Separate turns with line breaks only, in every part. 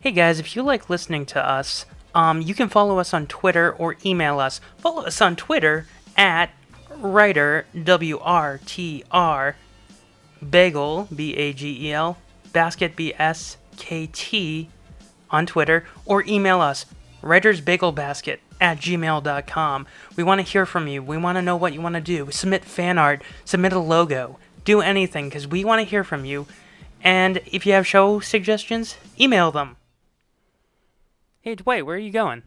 Hey guys, if you like listening to us, um, you can follow us on Twitter or email us. Follow us on Twitter at writer w r t r bagel b a g e l basket b s k t on Twitter or email us writersbagelbasket at gmail.com. We want to hear from you. We want to know what you want to do. Submit fan art, submit a logo, do anything because we want to hear from you. And if you have show suggestions, email them. Hey, Dwight, where are you going?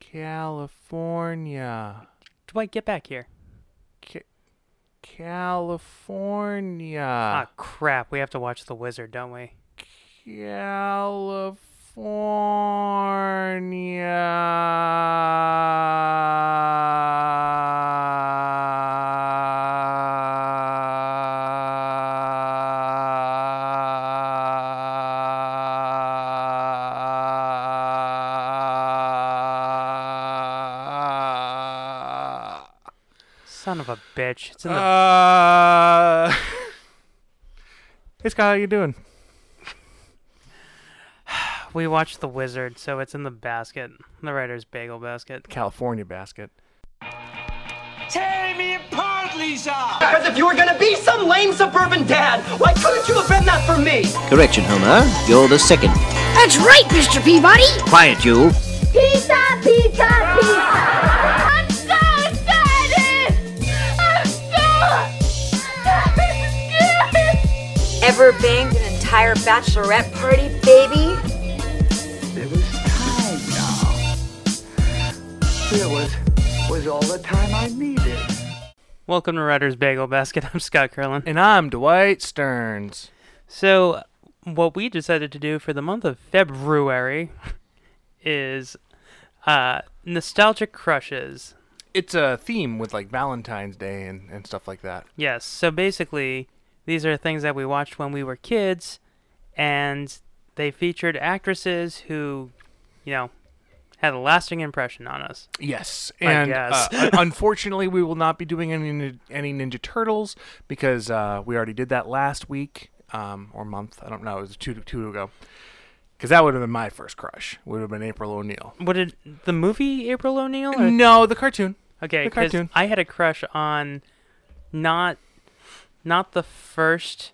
California.
Dwight, get back here.
Ca- California.
ah, crap. We have to watch The Wizard, don't we?
California.
Son of a bitch. It's in
Ah.
the.
Uh, hey Scott, how you doing?
we watched The Wizard, so it's in the basket. The writer's bagel basket.
California basket.
Tear me apart, Lisa!
Because if you were gonna be some lame suburban dad, why couldn't you have been that for me?
Correction, Homer. You're the second.
That's right, Mr. Peabody.
Quiet, you.
Pizza, pizza, pizza! I'm so excited! I'm so scared!
Ever banged an entire bachelorette party, baby?
It was time now. It was was all the time I needed.
Welcome to Writer's Bagel Basket. I'm Scott Curlin.
And I'm Dwight Stearns.
So, what we decided to do for the month of February is uh, nostalgic crushes.
It's a theme with like Valentine's Day and, and stuff like that.
Yes. So basically, these are things that we watched when we were kids, and they featured actresses who, you know, had a lasting impression on us.
Yes, and
guess.
uh, un- unfortunately, we will not be doing any nin- any Ninja Turtles because uh, we already did that last week um, or month. I don't know. It was two two ago. Because that would have been my first crush. Would have been April O'Neil.
What did the movie April O'Neil? Or,
No, the cartoon.
okay,
the
'cause
cartoon.
I had a crush on not not the first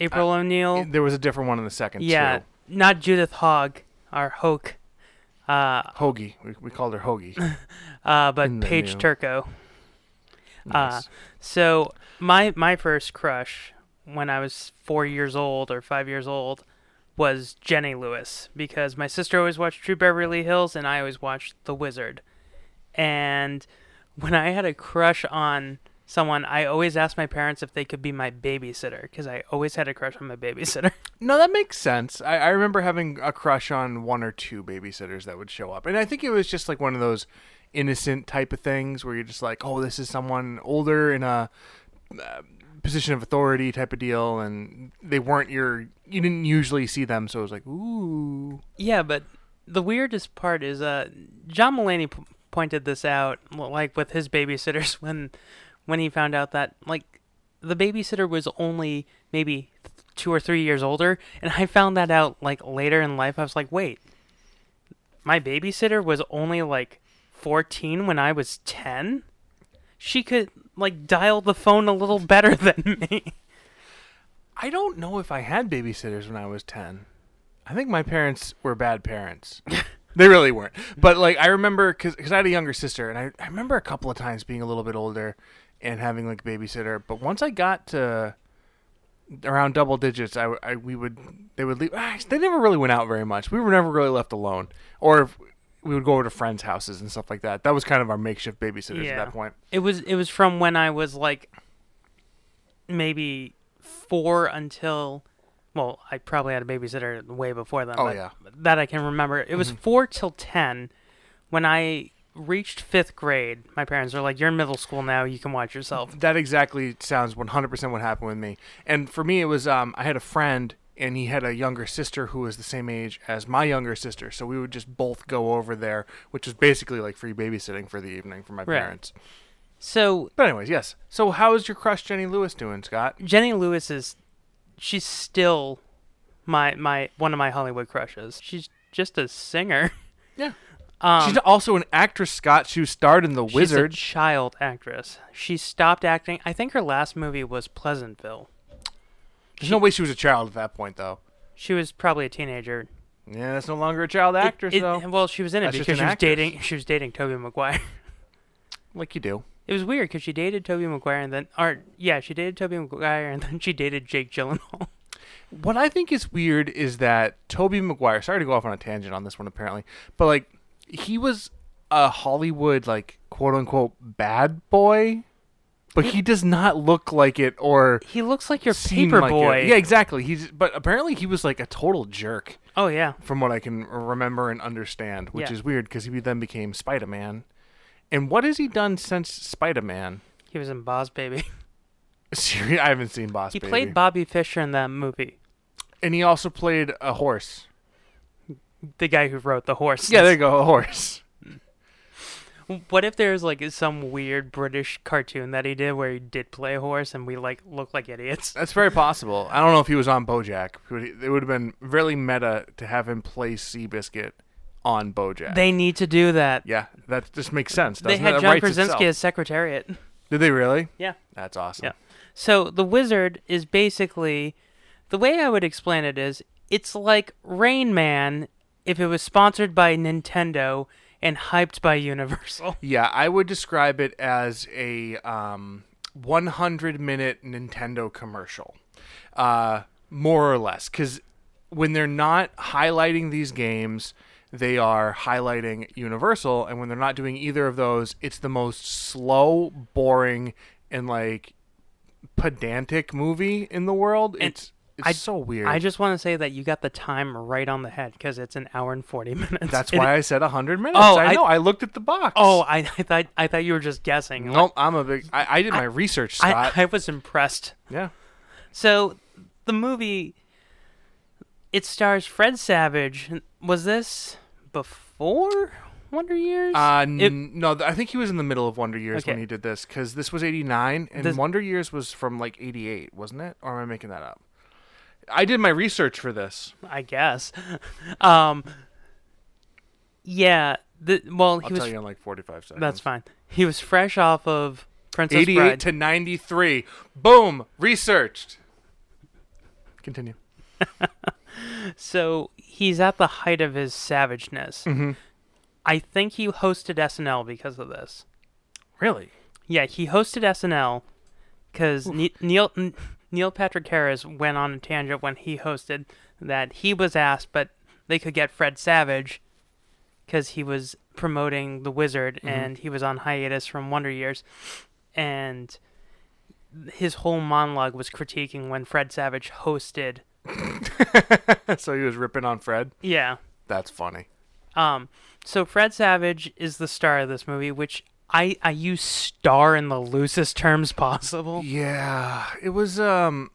April O'Neil.
There was a different one in the second.
Yeah,
too.
not Judith Hogg or Hoke,
Hoagie. We, we called her Hoagie.
uh, but
In the
Paige
new-
Turco. Uh,
Nice.
So my my first crush when I was four years old or five years old was Jenny Lewis because my sister always watched True Beverly Hills and I always watched The Wizard. And when I had a crush on someone, I always asked my parents if they could be my babysitter because I always had a crush on my babysitter.
No, that makes sense. I, I remember having a crush on one or two babysitters that would show up. And I think it was just like one of those innocent type of things where you're just like, oh, this is someone older in a uh, position of authority type of deal. And they weren't your, you didn't usually see them. So it was like, ooh.
Yeah, but the weirdest part is uh, John Mulaney p- pointed this out, l- like with his babysitters when when he found out that like the babysitter was only maybe two or three years older, and I found that out like later in life. I was like, wait, my babysitter was only like fourteen when I was ten. She could like dial the phone a little better than me.
I don't know if I had babysitters when I was 10. I think my parents were bad parents. they really weren't. But like I remember cuz I had a younger sister and I, I remember a couple of times being a little bit older and having like a babysitter, but once I got to around double digits, I, w- I- we would they would leave. ah, They never really went out very much. We were never really left alone or if we would go over to friends' houses and stuff like that. That was kind of our makeshift babysitters at that point.
It was it was from when I was like maybe four until well, I probably had a babysitter way before then.
Oh,
but
yeah. Mm-hmm.
that I can remember. It was four till ten when I reached fifth grade. My parents were like, "You're in middle school now. You can watch yourself."
that exactly sounds 100% what happened with me. And for me, it was um, I had a friend and he had a younger sister who was the same age as my younger sister. So we would just both go over there, which was basically like free babysitting for the evening for my
Right.
parents.
So
But, anyways, yes. So, how is your crush Jenny Lewis doing, Scott?
Jenny Lewis is she's still my my one of my Hollywood crushes. She's just a singer.
Yeah.
Um,
She's also an actress, Scott. She starred in The Wizard.
She's a child actress. She stopped acting. I think her last movie was Pleasantville.
There's no way she was a child at that point, though.
She was probably a teenager.
Yeah, that's no longer a child
It-
actress,
it-
though.
well, she was in it
That's just
because she
an
was
actress.
dating. She was dating Toby Maguire.
like you do.
It was weird because she dated Toby Maguire and then, or yeah, she dated Toby Maguire and then she dated Jake Gyllenhaal.
What I think is weird is that Toby Maguire, sorry to go off on a tangent on this one apparently, but like he was a Hollywood like quote unquote bad boy, but he does not look like it or
He looks like your
seem
paper
like it.
boy.
Yeah, exactly. He's but apparently he was like a total jerk
Oh yeah.
from what I can remember and understand, which
Yeah.
is weird because he then became Spider-Man. And what has he done since Spider-Man?
He was in Boss Baby.
Seriously, I haven't seen Boss
He
Baby.
played Bobby Fischer in that movie.
and he also played a horse.
The guy who wrote The Horse.
Yeah, there you go, a horse.
What if there's like some weird British cartoon that he did where he did play a horse and we like look like idiots?
That's very possible. I don't know if he was on BoJack. It would have been really meta to have him play Seabiscuit on BoJack.
They need to do that.
yeah, that just makes sense.
they
Doesn't
had
it? That
John
writes
Krasinski
itself.
as Secretariat.
Did they really?
Yeah.
That's awesome.
Yeah. So the wizard is basically the way I would explain it is it's like Rain Man if it was sponsored by Nintendo and hyped by Universal.
Yeah, I would describe it as a um, 100 minute Nintendo commercial, uh, more or less. Because when they're not highlighting these games, they are highlighting Universal. And when they're not doing either of those, it's the most slow, boring, and like pedantic movie in the world. it's it's
I-
so weird.
I just want to say that you got the time right on the head because it's an hour and forty minutes.
That's
It-
why I said 100 minutes.
Oh,
I
I-
know. I, looked at the box.
Oh, I, I thought I thought you were just guessing.
Nope, I'm a big. I, I did my research, Scott.
I, I was impressed.
yeah.
So the movie it stars Fred Savage. Was this before Wonder Years?
Uh,
It-
n- no, th- I think he was in the middle of Wonder Years when
Okay.
he did this because this was '89 and
Does-
Wonder Years was from like '88, wasn't it? Or am I making that up? I did my research for this.
I guess. Um, yeah. The, well, he
I'll
was.
tell you in like 45 seconds.
That's fine. He was fresh off of Princess
88
Bride.
to 93. Boom, researched. Continue.
so he's at the height of his savageness.
Mm-hmm.
I think he hosted SNL because of this.
Really?
Yeah, he hosted SNL because ne- Neil N- Neil Patrick Harris went on a tangent when he hosted that he was asked, but they could get Fred Savage because he was promoting The Wizard
Mm-hmm.
and he was on hiatus from Wonder Years, and his whole monologue was critiquing when Fred Savage hosted.
so he was ripping on Fred.
Yeah.
That's funny.
Um, so Fred Savage is the star of this movie, which I, I use star in the loosest terms possible.
Yeah, it was. Um,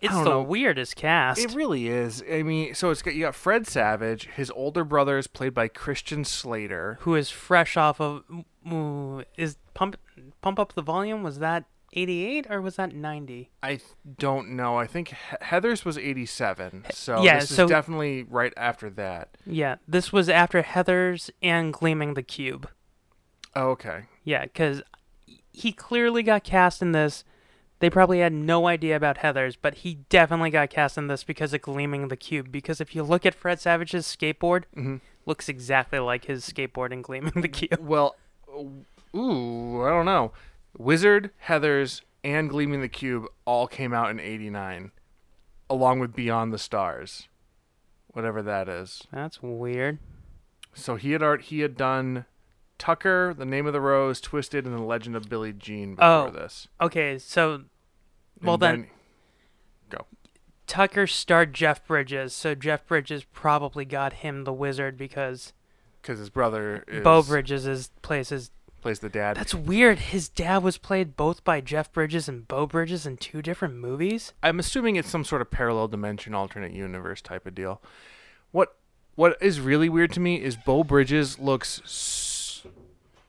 It's
don't
the
know.
weirdest cast.
It really is. I mean, so it's got you got Fred Savage. His older brother is played by Christian Slater.
who is fresh off of ooh, is pump pump up the volume was that 88 or was that 90
I th- don't know. I think he- Heather's was 87. So
yeah,
this
so-
is definitely right after that.
yeah this was after heathers and gleaming the cube
Oh, okay.
yeah because he clearly got cast in this they probably had no idea about heathers but he definitely got cast in this because of gleaming the cube because if you look at fred savage's skateboard looks exactly like his skateboard in gleaming the cube
Well, ooh, I don't know. Wizard, Heathers, and Gleaming the Cube all came out in 89 along with Beyond the Stars. Whatever that is.
that's weird
So he had art he had done Tucker, The Name of the Rose, Twisted and The Legend of Billie Jean before
Oh.
this.
okay so well
And
then,
go.
Tucker starred Jeff Bridges, so Jeff Bridges probably got him the wizard because
Cuz his brother is,
Bo Bridges is plays his.
plays the dad.
That's weird. His dad was played both by Jeff Bridges and Bo Bridges in two different movies.
I'm assuming it's some sort of parallel dimension, alternate universe type of deal. What what is really weird to me is Bo Bridges looks ah, s-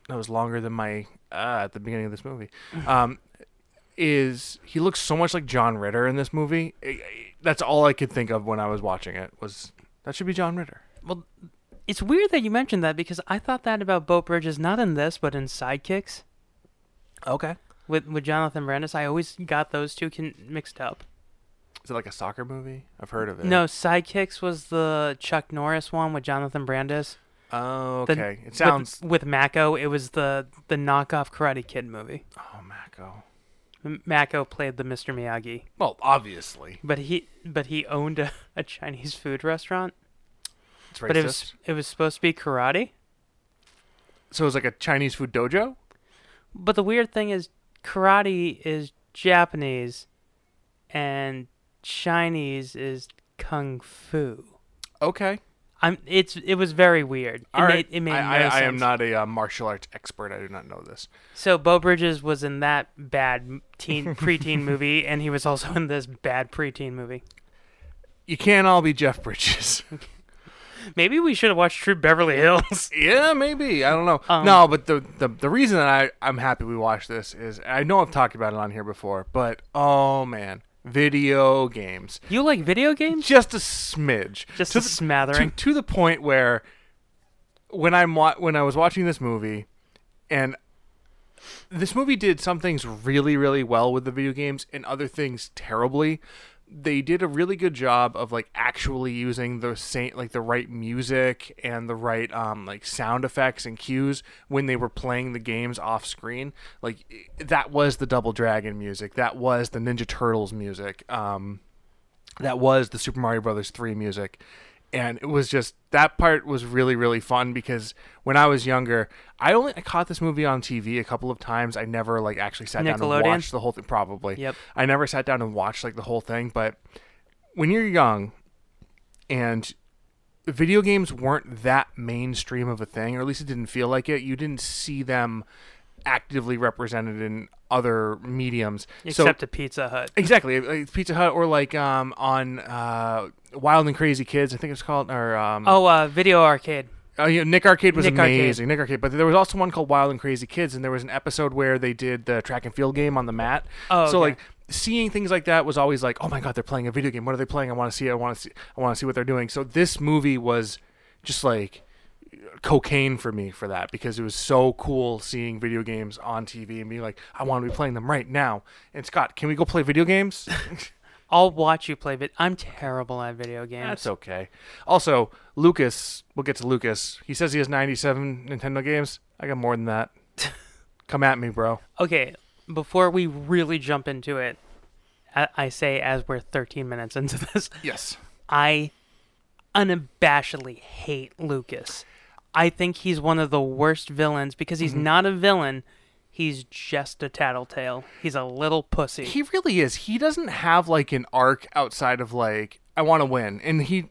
that was longer than my uh, at the beginning of this movie. Um, is he looks so much like John Ritter in this movie. I- I- That's all I could think of when I was watching it was that should be John Ritter.
Well, it's weird that you mentioned that because I thought that about Boat Bridges, not in this, but in Sidekicks
Okay.
with with Jonathan Brandis. I always got those two con- mixed up.
Is it like a soccer movie? I've heard of it.
No, Sidekicks was the Chuck Norris one with Jonathan Brandis.
Oh,
The-
okay.
with-
it sounds.
with, Mako. It was the the knockoff Karate Kid movie.
oh, Mako.
M- Mako played the Mr. Miyagi,
Well, obviously.
but he but he owned a, a Chinese food restaurant.
It's racist.
But it was it was supposed to be karate.
so it's like a Chinese food dojo?
But the weird thing is, karate is Japanese, and Chinese is kung fu.
Okay.
I'm. It's. It was very weird. It
All
made,
right.
it made
I,
no
I, I am
sense.
not a uh, martial arts expert. I do not know this.
So Bo Bridges was in that bad teen preteen movie, and he was also in this bad preteen movie.
You can't all be Jeff Bridges.
Maybe we should have watched True Beverly Hills.
Yeah, maybe. I don't know.
Um,
no, but the, the the reason that I I'm happy we watched this is I know I've talked about it on here before, but oh man, video games.
you like video games?
Just a smidge.
Just
To
a smattering.
To, to the point where when I'm wa- when I was watching this movie and this movie did some things really really well with the video games and other things terribly they did a really good job of like actually using the same like the right music and the right um like sound effects and cues when they were playing the games off screen like i- that was the double dragon music that was the ninja turtles music um that was the Super Mario Brothers 3 music. And it was just that part was really really fun because when I was younger, I only I caught this movie on TV a couple of times. I never like actually sat down
Nickelodeon?
and watched the whole thing probably.
Yep.
I never sat down and watched like the whole thing, but when you're young and video games weren't that mainstream of a thing, or at least it didn't feel like it. You didn't see them actively represented in other mediums. so,
Except a Pizza Hut.
Exactly, like Pizza Hut or like um on uh Wild and Crazy Kids, I think it's called, or um oh,
Oh, uh, video arcade.
yeah, Nick Arcade was
Oh. Nick Arcade.
amazing, Nick Arcade. But there was also one called Wild and Crazy Kids, and there was an episode where they did the track and field game on the mat.
Oh,
so
okay.
like seeing things like that was always like, oh my god, they're playing a video game. What are they playing? I want to see. it. I want to see. I want to see what they're doing. So this movie was just like cocaine for me for that because it was so cool seeing video games on TV and being like, I want to be playing them right now. And Scott, can we go play video games?
I'll watch you play, but I'm terrible at video games.
That's okay. Also, Lucas, we'll get to Lucas. He says he has 97 Nintendo games. I got more than that. Come at me, bro.
Okay, before we really jump into it, I, I say as we're 13 minutes into this,
Yes.
I unabashedly hate Lucas. I think he's one of the worst villains because
Mm-hmm.
he's not a villain. He's just a tattletale. He's a little pussy.
He really is. He doesn't have like an arc outside of like I want to win. And he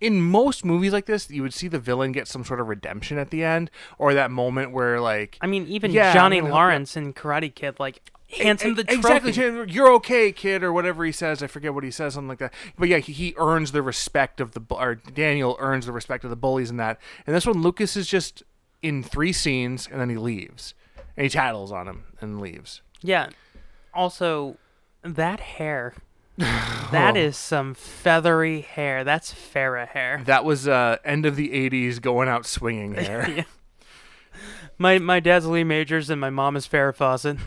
in most movies like this, you would see the villain get some sort of redemption at the end or that moment where like
I mean, even
Yeah, I'm
Johnny
gonna help you.
Lawrence in Karate Kid, like, hands him the trophy.
E exactly. You're okay, kid, or whatever he says. I forget what he says, something like that. But yeah, he, he earns the respect of the bu- or Daniel earns the respect of the bullies in that. And this one, Lucas is just in three scenes and then he leaves and he tattles on him and leaves.
Yeah. Also, that hair. that
Oh.
is some feathery hair. That's Farrah hair.
That was uh, end of the '80s, going out swinging there.
My my dad's Lee Majors and my mom is Farrah Fawcett.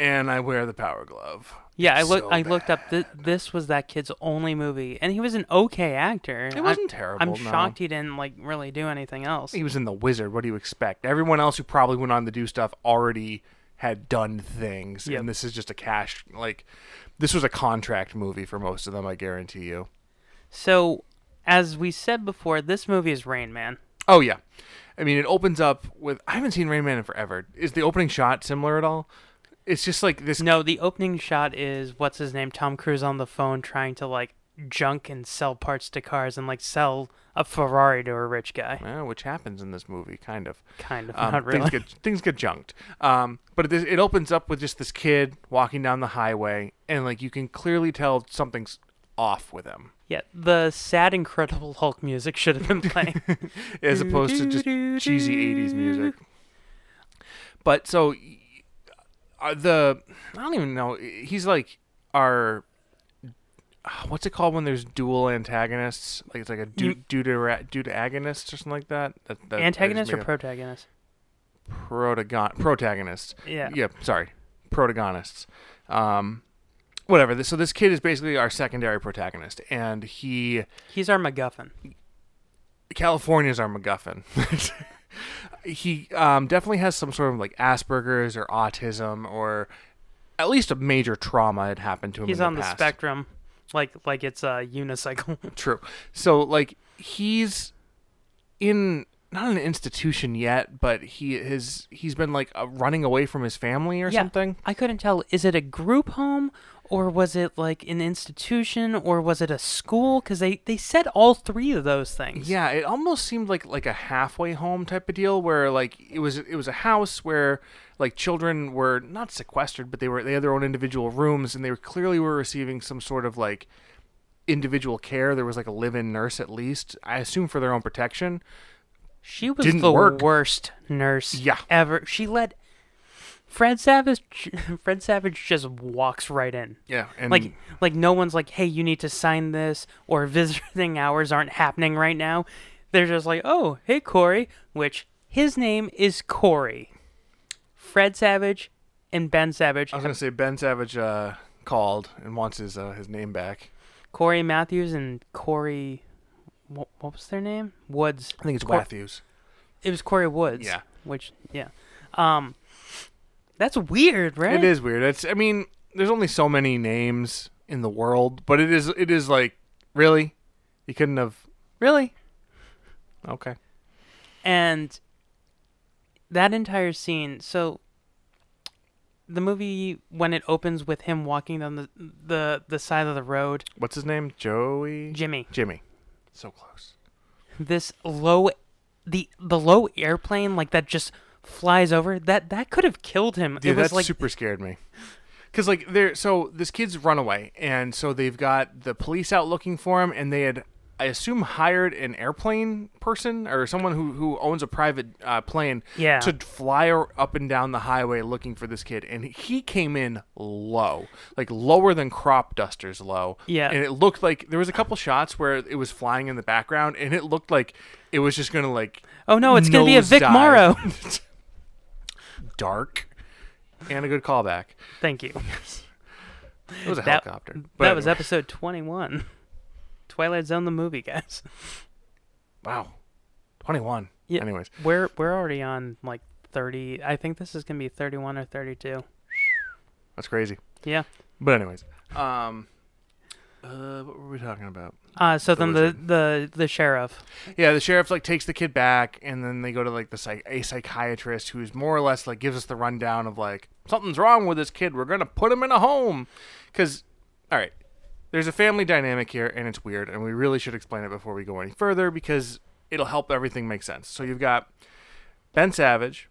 And I wear the power glove.
Yeah, I look
So
I looked up th- this was that kid's only movie and he was an okay actor. It
wasn't
I'm,
terrible,
I'm
no.
shocked he didn't like really do anything else.
He was in The Wizard. What do you expect? Everyone else who probably went on to do stuff already had done things,
Yep.
and this is just a cash like. This was a contract movie for most of them, I guarantee you.
So, as we said before, this movie is Rain Man.
Oh yeah, I mean it opens up with I haven't seen Rain Man in forever. Is the opening shot similar at all? It's just like this.
No, the opening shot is what's his name, Tom Cruise on the phone trying to like junk and sell parts to cars and like sell a Ferrari to a rich guy.
Eh, which happens in this movie, kind of.
Kind of,
Um,
not really.
Things get things get junked. Um, but it, it opens up with just this kid walking down the highway, and like you can clearly tell something's off with him.
Yeah, the sad Incredible Hulk music should have been playing.
as opposed to just cheesy 80s music. But so uh, the I don't even know. He's like our ah, what's it called when there's dual antagonists? Like it's like a du- deutera- deuteragonist or something like that. that, that I just
Antagonist or
made up.
protagonist?
protagon protagonists.
Yeah.
Yeah. Sorry, protagonists. Um, whatever. This- So this kid is basically our secondary protagonist, and he
He's our MacGuffin.
California's our MacGuffin. he um, definitely has some sort of like Asperger's or autism or at least a major trauma had happened to him.
He's
in
on the
past.
spectrum, like like it's a unicycle.
True. So like he's in not an institution yet, but he is he's been like uh, running away from his family or something.
I couldn't tell. Is it a group home or was it like an institution or was it a school? Because they, they said all three of those things.
Yeah, it almost seemed like like a halfway home type of deal where like it was it was a house where like children were not sequestered, but they were they had their own individual rooms and they were clearly were receiving some sort of like individual care. There was like a live-in nurse at least, I assume for their own protection.
She was
Didn't
the
work.
worst nurse
Yeah.
ever. She let Fred Savage Fred Savage just walks right in.
Yeah, and
Like like no one's like, "Hey, you need to sign this or visiting hours aren't happening right now." They're just like, "Oh, hey Corey," which his name is Corey. Fred Savage and Ben Savage
I was gonna say Ben Savage uh, called and wants his uh, his name back.
Corey Matthews and Corey, what, what was their name? Woods.
I think it's
Cor-
Matthews.
It was Corey Woods.
Yeah.
Which yeah, um, that's weird, right?
It is weird. It's I mean, there's only so many names in the world, but it is it is like really, you couldn't have really. Okay.
And that entire scene. So the movie when it opens with him walking down the the the side of the road,
What's his name? Joey.
Jimmy.
Jimmy. So close.
This low, the the low airplane like that just flies over. That that could have killed him.
Dude,
it was
that
like
super scared me. Cause like they're so this kid's runaway, and so they've got the police out looking for him, and they had I assume hired an airplane person or someone who who owns a private uh, plane
Yeah.
to fly ar- up and down the highway looking for this kid, and he came in low, like lower than crop dusters low.
Yeah.
and it looked like there was a couple shots where it was flying in the background, and it looked like it was just gonna like
oh no, it's gonna be a Vic
nosedive.
Morrow.
dark, and a good callback.
Thank you.
It was a
That-
helicopter.
that was episode 21. Twilight Zone the movie, guys.
Wow. 21.
Yeah.
Anyways,
We're we're already on like 30. I think this is going to be 31 or 32.
that's crazy.
Yeah.
But anyways, um uh what were we talking about?
Uh so then the
Those
the the sheriff.
Yeah, the sheriff like takes the kid back and then they go to like the psych- a psychiatrist who's more or less like gives us the rundown of like something's wrong with this kid. We're going to put him in a home cuz all right. There's a family dynamic here and it's weird and we really should explain it before we go any further because it'll help everything make sense. So you've got Ben Savage,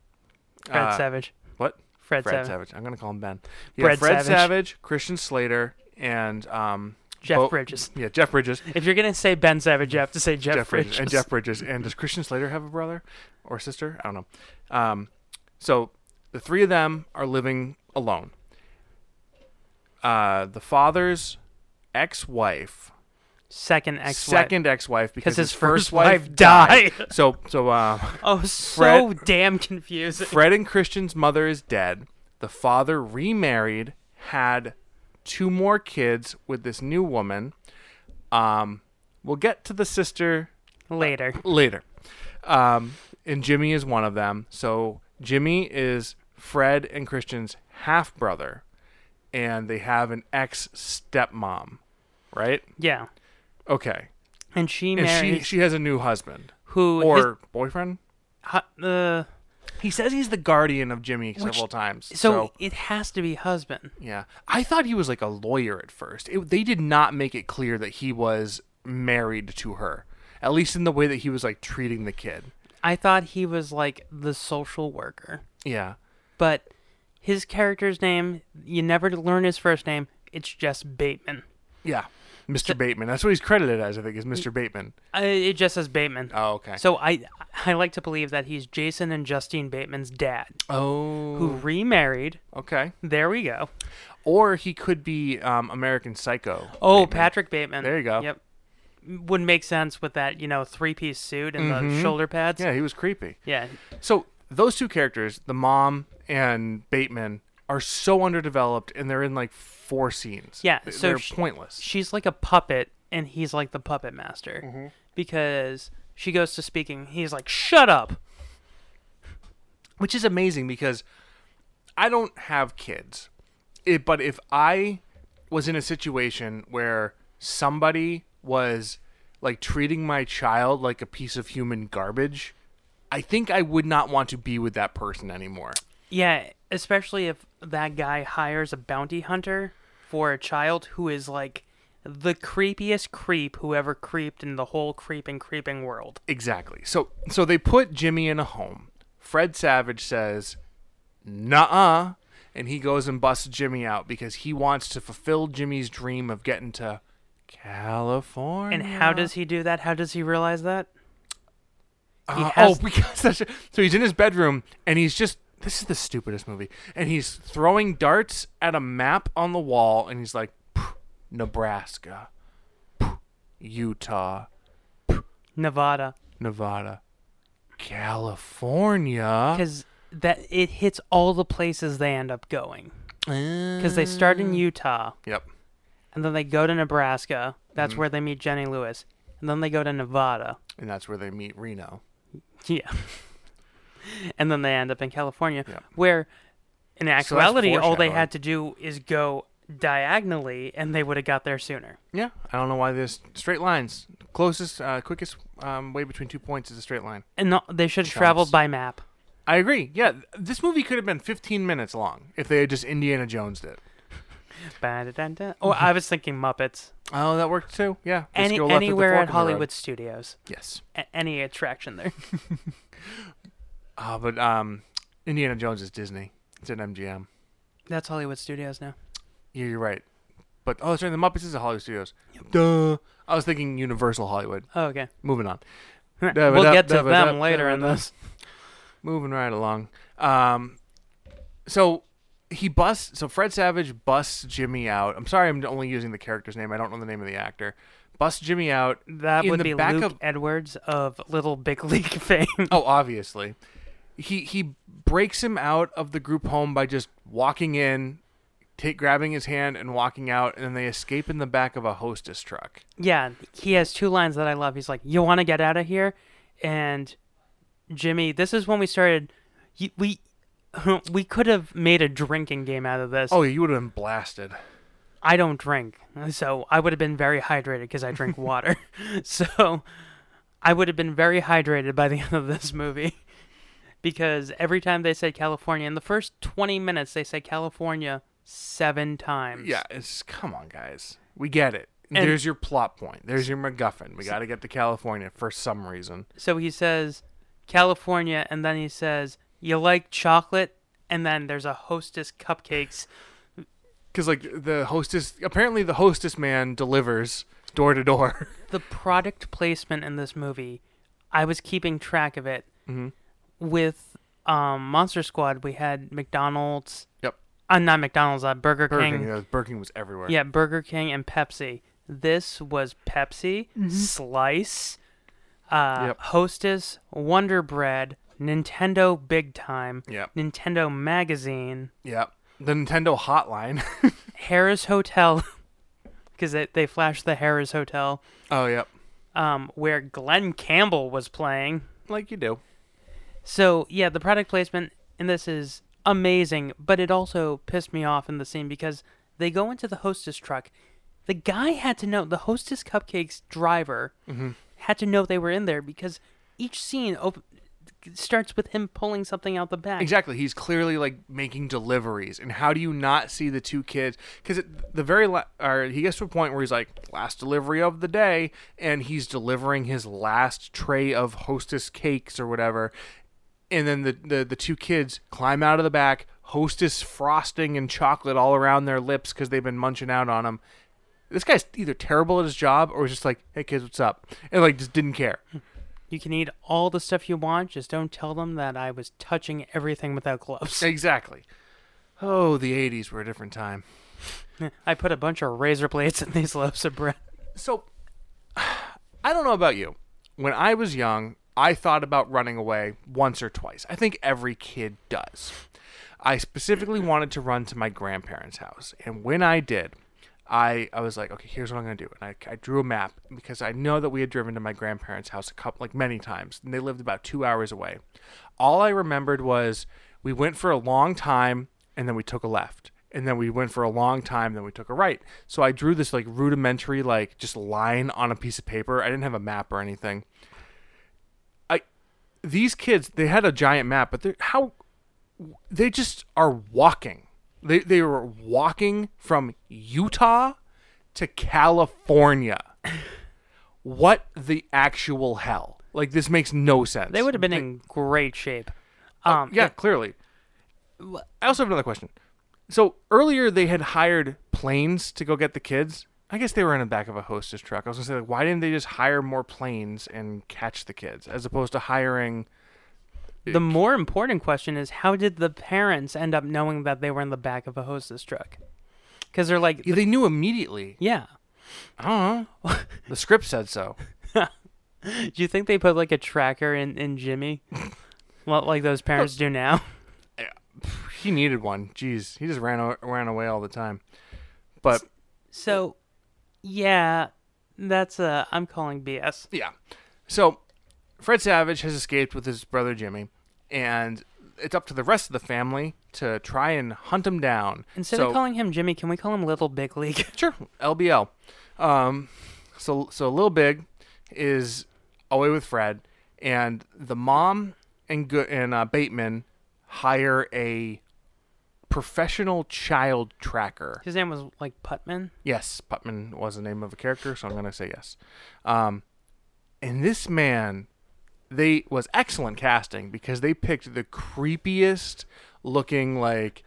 Fred
Uh,
Savage.
what?
Fred
Fred
Savage.
Savage. I'm gonna call him Ben. You have
Brad
Fred
Savage.
Savage. Christian Slater, and um,
Jeff Bridges.
Yeah, Jeff Bridges.
If you're going to say Ben Savage, you have to say Jeff,
Jeff Bridges.
Bridges.
and Jeff Bridges. And does Christian Slater have a brother or sister? I don't know. Um, so the three of them are living alone. Uh, the father's ex-wife,
second ex
second ex-wife, because
his
first,
first
wife,
wife
died.
died.
so, so um,
Oh, so
Fred-
damn confusing.
Fred and Christian's mother is dead. The father remarried, had two more kids with this new woman. Um, we'll get to the sister
Later.
later. Um, and Jimmy is one of them. So Jimmy is Fred and Christian's half brother, and they have an ex stepmom, right?
Yeah.
Okay.
And she
And
marries
she she has a new husband
who his-
or boyfriend.
hu- uh,
He says he's the guardian of Jimmy several times.
so it has to be husband.
Yeah, I thought he was like a lawyer at first. It, they did not make it clear that he was married to her, at least in the way that he was like treating the kid.
I thought he was like the social worker.
Yeah,
but his character's name you never learn his first name it's just bateman
yeah. Mr. Bateman. That's what he's credited as, I think, is Mr. Bateman.
Uh, it just says Bateman.
Oh, okay.
So I I like to believe that he's Jason and Justine Bateman's dad,
Oh.
who remarried.
Okay.
There we go.
Or he could be um, American Psycho.
Oh,
Bateman.
Patrick Bateman.
There you go.
Yep. Would make sense with that, you know, three-piece suit and the shoulder pads.
Mm-hmm. Yeah, he was creepy.
Yeah.
So those two characters, the mom and Bateman, are so underdeveloped, and they're in like four scenes.
Yeah,
Th-
so
they're
sh-
pointless.
She's like a puppet, and he's like the puppet master
Mm-hmm.
because she goes to speaking. He's like, "Shut up."
which is amazing because I don't have kids. It, but if I was in a situation where somebody was like treating my child like a piece of human garbage, I think I would not want to be with that person anymore.
Yeah, especially if that guy hires a bounty hunter for a child who is like the creepiest creep who ever creeped in the whole creeping creeping world.
Exactly. So so they put Jimmy in a home. Fred Savage says, "Nah," and he goes and busts Jimmy out because he wants to fulfill Jimmy's dream of getting to California.
And how does he do that? How does he realize that? He
Uh,
has-
oh, because that's so he's in his bedroom and he's just this is the stupidest movie. And he's throwing darts at a map on the wall and he's like "Pff, Nebraska, Pff, Utah,
Nevada.
Nevada, California.
Because that it hits all the places they end up going. Because they start in Utah
Yep.
and then they go to Nebraska. That's where they meet Jenny Lewis. And then they go to Nevada.
And that's where they meet Reno.
Yeah. and then they end up in California,
Yeah.
where in actuality, all they
foreshadowing.
had to do is go diagonally and they would have got there sooner.
Yeah, I don't know why there's straight lines. Closest, uh, quickest um, way between two points is a straight line.
And no, they should have traveled
Chumps.
by map.
I agree. Yeah, th- this movie could have been 15 minutes long if they had just Indiana Jones it.
Ba-da-da-da. Oh, I was thinking Muppets.
Oh, that worked too. Yeah. This
Any,
girl left with the
anywhere
fork
at
in the road.
Hollywood Studios.
Yes.
A- any attraction there.
Uh, but um, Indiana Jones is Disney. It's an MGM.
That's Hollywood Studios now.
Yeah, you're right. But oh, sorry, the Muppets is at Hollywood Studios. Duh. I was thinking Universal Hollywood.
Oh, okay.
Moving on.
we'll get to
Da-ba-da,
them later in
da-ba-da.
this.
Moving right along. Um, so he busts. So Fred Savage busts Jimmy out. I'm sorry, I'm only using the character's name. I don't know the name of the actor. Busts Jimmy out.
That
in
would
the
be
back
Luke
of
Edwards of Little Big League fame.
Oh, obviously. He he breaks him out of the group home by just walking in, take grabbing his hand and walking out, and then they escape in the back of a hostess truck.
Yeah, he has two lines that I love. He's like, "You want to get out of here," and Jimmy. This is when we started. y- We we could have made a drinking game out of this.
Oh, you would have been blasted.
I don't drink, so I would have been very hydrated because I drink water. so I would have been very hydrated by the end of this movie because every time they said California in the first twenty minutes, they said California seven times.
Yeah, it's come on, guys. We get it. There's your plot point. There's your MacGuffin. We got to get to California for some reason.
so he says California, and then he says you like chocolate, and then there's a hostess cupcakes.
Because like the hostess, apparently the hostess man delivers door to door.
The product placement in this movie, I was keeping track of it. With um, Monster Squad, we had McDonald's.
Yep.
Uh, not McDonald's, uh, Burger,
Burger
King.
King, yeah, Burger King was everywhere.
Yeah, Burger King and Pepsi. This was Pepsi, Slice, uh,
Yep.
Hostess, Wonder Bread, Nintendo Big Time,
Yep.
Nintendo Magazine,
Yep. The Nintendo hotline.
Harris Hotel, because they, they flashed the Harris Hotel,
oh, yep.
um, where Glenn Campbell was playing.
Like you do.
So, yeah, the product placement in this is amazing, but it also pissed me off in the scene because they go into the hostess truck. The guy had to know, the hostess cupcakes driver had to know they were in there because each scene op- starts with him pulling something out the back.
Exactly. He's clearly like making deliveries. And how do you not see the two kids? Because the very la- or he gets to a point where he's like last delivery of the day, and he's delivering his last tray of Hostess cakes or whatever. And then the the, the two kids climb out of the back, Hostess frosting and chocolate all around their lips because they've been munching out on them. This guy's either terrible at his job or was just like, "Hey kids, what's up?" and like just didn't care.
You can eat all the stuff you want, just don't tell them that I was touching everything without gloves.
Exactly. Oh, the '80s were a different time.
I put a bunch of razor blades in these loaves of bread.
So, I don't know about you. When I was young, I thought about running away once or twice. I think every kid does. I specifically wanted to run to my grandparents' house. And when I did, I, I was like, okay, here's what I'm going to do. And I, I drew a map because I know that we had driven to my grandparents' house a couple, like many times, and they lived about two hours away. All I remembered was we went for a long time and then we took a left and then we went for a long time then we took a right so i drew this like rudimentary like just line on a piece of paper i didn't have a map or anything i these kids they had a giant map but they're how they just are walking they, they were walking from utah to california what the actual hell like this makes no sense
They would have been in great shape. Um,
yeah, clearly. I also have another question. So earlier they had hired planes to go get the kids. I guess they were in the back of a hostess truck. I was gonna say, like, why didn't they just hire more planes and catch the kids as opposed to hiring?
The more important question is how did the parents end up knowing that they were in the back of a hostess truck? Because they're like,
Yeah, they knew immediately.
yeah.
I don't know. the script said so.
Do you think they put like a tracker in, in Jimmy? Well, like those parents do now.
He needed one. Jeez, he just ran o- ran away all the time. But
So, yeah, that's uh, I'm calling BS.
Yeah. So Fred Savage has escaped with his brother Jimmy, and it's up to the rest of the family to try and hunt him down.
Instead
so,
of calling him Jimmy, can we call him Little Big League?
sure LBL. Um, so so Lil Big is away with Fred, and the mom and Go- and uh, Bateman hire a professional child tracker.
His name was like Putman.
Yes, Putman was the name of a character, so I'm going to say yes. Um, and this man, they was excellent casting because they picked the creepiest looking like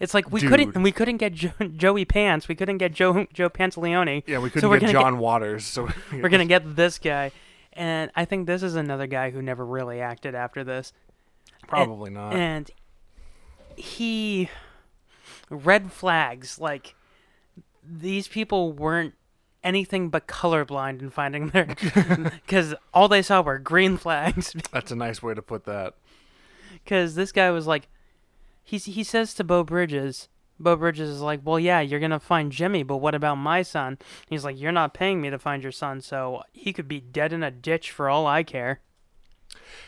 It's like we
Dude.
couldn't we couldn't get jo- Joey Pants. We couldn't get Joe Joe Pantaleone.
yeah we
so
couldn't
we're gonna
get John Waters, so
we're gonna get this guy, and I think this is another guy who never really acted after this. And-
probably not.
And he red flags like these people weren't anything but colorblind in finding their because all they saw were green flags
That's a nice way to put that.
because this guy was like, he's, he says to Bo Bridges, Bo Bridges is like, well, yeah, you're gonna find Jimmy, but what about my son? he's like, you're not paying me to find your son, so he could be dead in a ditch for all I care.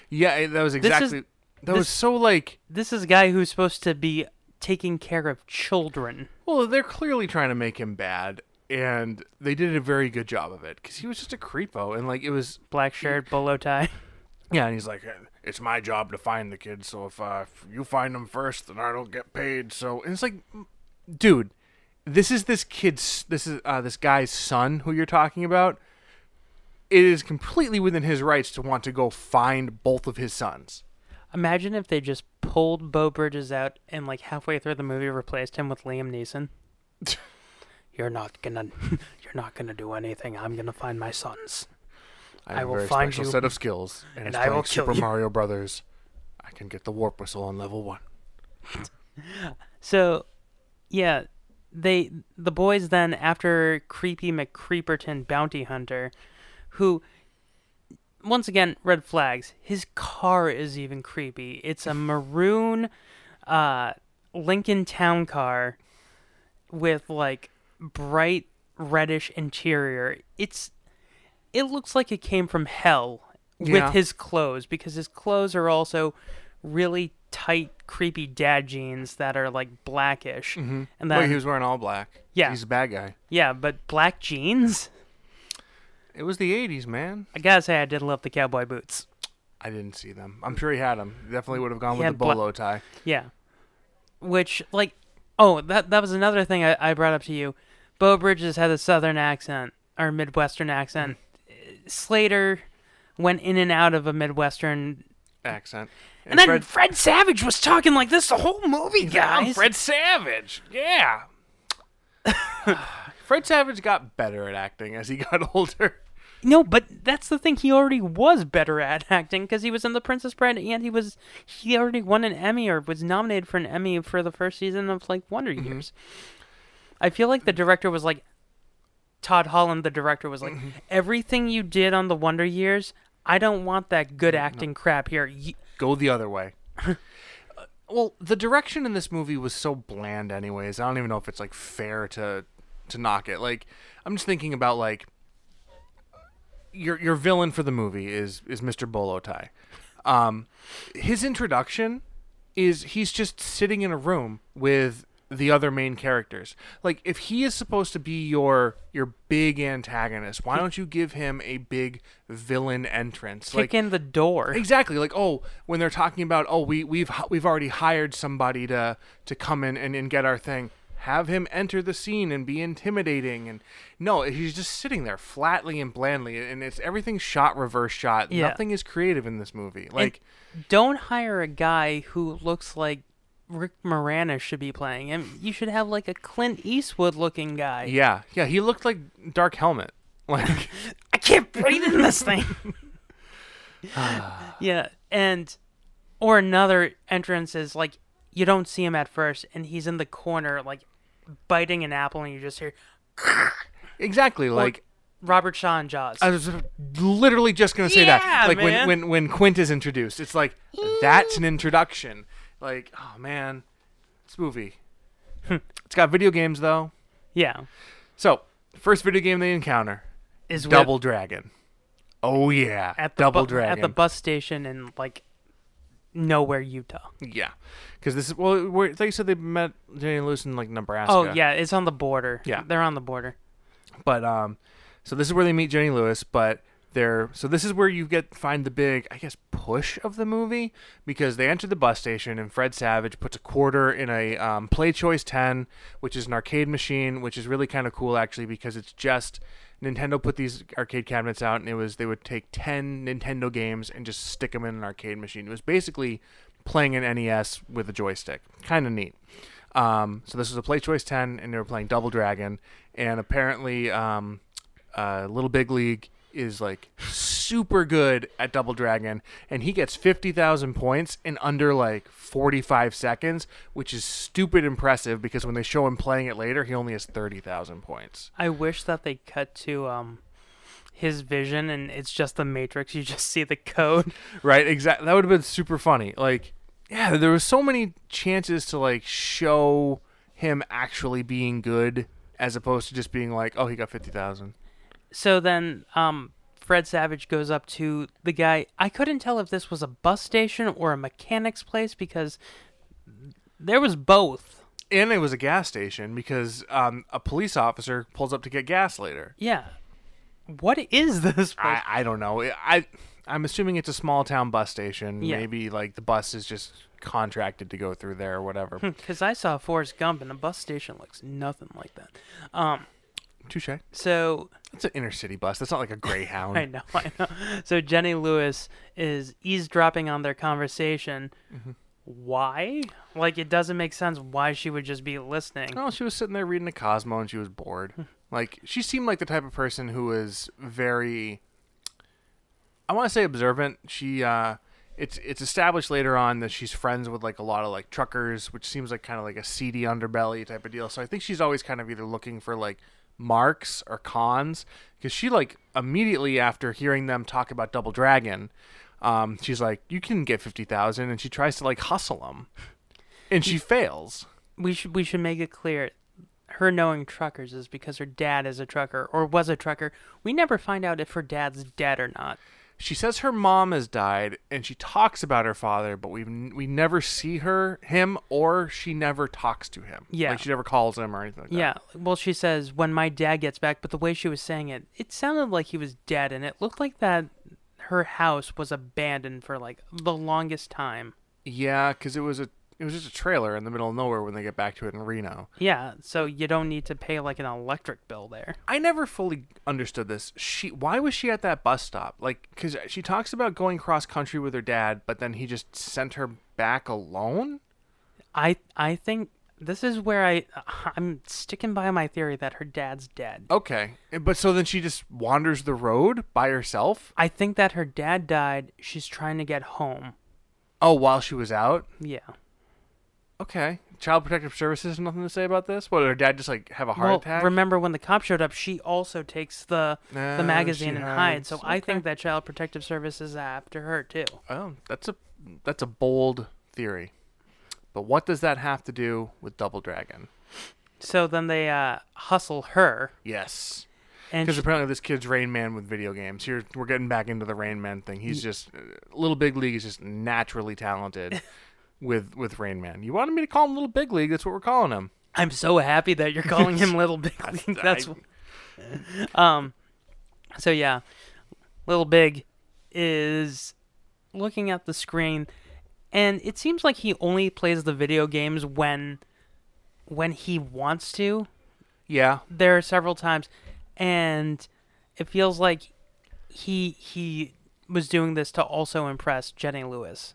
Yeah, it- that was exactly that was
this-
so like
This is a guy who's supposed to be taking care of children.
well they're clearly trying to make him bad. And they did a very good job of it because he was just a creepo, and like it was
Black shirt, bolo tie.
Yeah, and he's like, "Uh, "It's my job to find the kids. So if, uh, if you find them first, then I don't get paid." So and it's like, dude, this is this kid's, this is uh, this guy's son who you're talking about. It is completely within his rights to want to go find both of his sons.
Imagine if they just pulled Bo Bridges out and like halfway through the movie replaced him with Liam Neeson. you're not gonna, you're not gonna do anything. I'm gonna find my sons.
I, have
will
a very
find
special
you,
set of skills, and, it's
I will
playing
kill
Super
you.
Mario Brothers. I can get the warp whistle on level one.
So, yeah, they the boys then after creepy McCreeperton bounty hunter, who once again red flags. His car is even creepy. It's a maroon, uh, Lincoln Town Car, with like bright reddish interior. It's it looks like it came from hell
Yeah.
with his clothes because his clothes are also really tight, creepy dad jeans that are like blackish. And then
Wait, Mm-hmm. he was wearing all black.
Yeah.
he's a bad guy.
yeah, but black jeans.
It was the '80s, man.
I gotta say, I did love the cowboy boots.
I didn't see them. I'm sure he had them. Definitely would have gone
He
with the
had bla-
bolo tie.
Yeah, which like oh that that was another thing I, I brought up to you. Bo Bridges had a southern accent or midwestern accent. Slater went in and out of a midwestern.
accent.
And then Fred, Savage was talking like this the whole movie, guys.
Savage. Yeah. Fred Savage got better at acting as he got older.
No, but that's the thing. He already was better at acting because he was in The Princess Bride, and he was he already won an Emmy or was nominated for an Emmy for the first season of like Wonder Years. I feel like the director was like Todd Holland. The director was like everything you did on the Wonder Years. I don't want that good acting crap here. You,
Go the other way. Uh, well, the direction in this movie was so bland, anyways. I don't even know if it's like fair to to knock it. Like, I'm just thinking about like your your villain for the movie is is Mr. Bolo Tie. Um, his introduction is he's just sitting in a room with the other main characters. Like if he is supposed to be your your big antagonist, why don't you give him a big villain entrance?
kick
Like
in the door.
Exactly. Like, oh, when they're talking about, oh, we we've h- we've already hired somebody to to come in and, and get our thing. Have him enter the scene and be intimidating, and no, he's just sitting there flatly and blandly, and it's everything shot reverse shot.
Yeah.
Nothing is creative in this movie. Like,
don't hire a guy who looks like Rick Moranis should be playing him. You should have like a Clint Eastwood looking guy.
yeah, yeah, he looked like Dark Helmet. Like,
I can't breathe in this thing. yeah, and or another entrance is like you don't see him at first, and he's in the corner like biting an apple, and you just hear
exactly. Like,
Robert Shaw and Jaws.
I was literally just gonna say that.
Yeah,
Like
man.
when when when Quint is introduced, it's like that's an introduction. Like, oh man, this movie. it's got video games though.
yeah,
So first video game they encounter,
is
Double
with-
Dragon. Oh yeah,
at the
Double
bu-
Dragon
at the bus station in like nowhere, Utah.
Yeah, because this is well, we're, they said they met Jenny Lewis in like Nebraska.
Oh yeah, it's on the border.
Yeah.
they're on the border.
But um, so this is where they meet Jenny Lewis. But they're so this is where you get find the big, I guess, push of the movie because they enter the bus station and Fred Savage puts a quarter in a um, Play Choice Ten, which is an arcade machine, which is really kind of cool actually because it's just Nintendo put these arcade cabinets out and it was they would take ten Nintendo games and just stick them in an arcade machine. It was basically playing an NES with a joystick, kind of neat. Um, so this was a Play Choice 10, and they were playing Double Dragon. And apparently, um, uh, Little Big League is like super good at Double Dragon, and he gets 50,000 points in under like 45 seconds, which is stupid impressive because when they show him playing it later, he only has 30,000 points.
I wish that they cut to um his vision, and it's just the Matrix. You just see the code.
Right? Exactly. That would have been super funny. Like, yeah, there was so many chances to like show him actually being good as opposed to just being like, oh, he got 50,000.
So then um, Fred Savage goes up to the guy. I couldn't tell if this was a bus station or a mechanic's place because there was both.
and it was a gas station because um, a police officer pulls up to get gas later.
Yeah. What is this place?
I, I don't know. I I'm assuming it's a small town bus station.
Yeah.
Maybe like the bus is just contracted to go through there or whatever.
Because I saw Forrest Gump, and a bus station looks nothing like that. Um,
Touche.
so
It's an inner city bus. That's not like a Greyhound.
I know, I know. So Jenny Lewis is eavesdropping on their conversation. Why? Like, it doesn't make sense why she would just be listening.
No, she was sitting there reading the Cosmo and she was bored. Like she seemed like the type of person who was very I want to say observant. She uh it's it's established later on that she's friends with like a lot of like truckers, which seems like kind of like a seedy underbelly type of deal. So I think she's always kind of either looking for like marks or cons because she like immediately after hearing them talk about Double Dragon, um she's like you can get 50,000 and she tries to like hustle them. And she fails.
we should we should make it clear her knowing truckers is because her dad is a trucker or was a trucker. We never find out if her dad's dead or not.
she says her mom has died and she talks about her father but we we never see her him or she never talks to him
Yeah.
like she never calls him or anything like that
Yeah. Well, she says when my dad gets back, but the way she was saying it, it sounded like he was dead and it looked like that her house was abandoned for like the longest time.
yeah because it was a it was just a trailer in the middle of nowhere when they get back to it in reno
Yeah, so you don't need to pay like an electric bill there.
i never fully understood this she why was she at that bus stop like because she talks about going cross country with her dad but then he just sent her back alone
I I think This is where I I'm sticking by my theory that her dad's dead.
Okay. But so then she just wanders the road by herself?
I think that her dad died. She's trying to get home.
Oh, while she was out?
Yeah.
Okay. Child Protective Services, nothing to say about this? What, did her dad just like have a heart
well,
attack?
remember when the cop showed up? She also takes the
Ah,
the
she
magazine and hides.
hides.
So I think that Child Protective Services is after her too.
oh, that's a that's a bold theory. But what does that have to do with Double Dragon?
So then they uh, hustle her,
Yes.
and
Because
she-
apparently this kid's Rain Man with video games. Here we're getting back into the Rain Man thing. He's just uh, little big league is just naturally talented with with Rain Man. You wanted me to call him little big league. That's what we're calling him.
I'm so happy that you're calling him Little Big League. That's um,
I-
So yeah, Little Big is looking at the screen and it seems like he only plays the video games when when he wants to.
yeah.
There are several times and it feels like he he was doing this to also impress Jenny Lewis.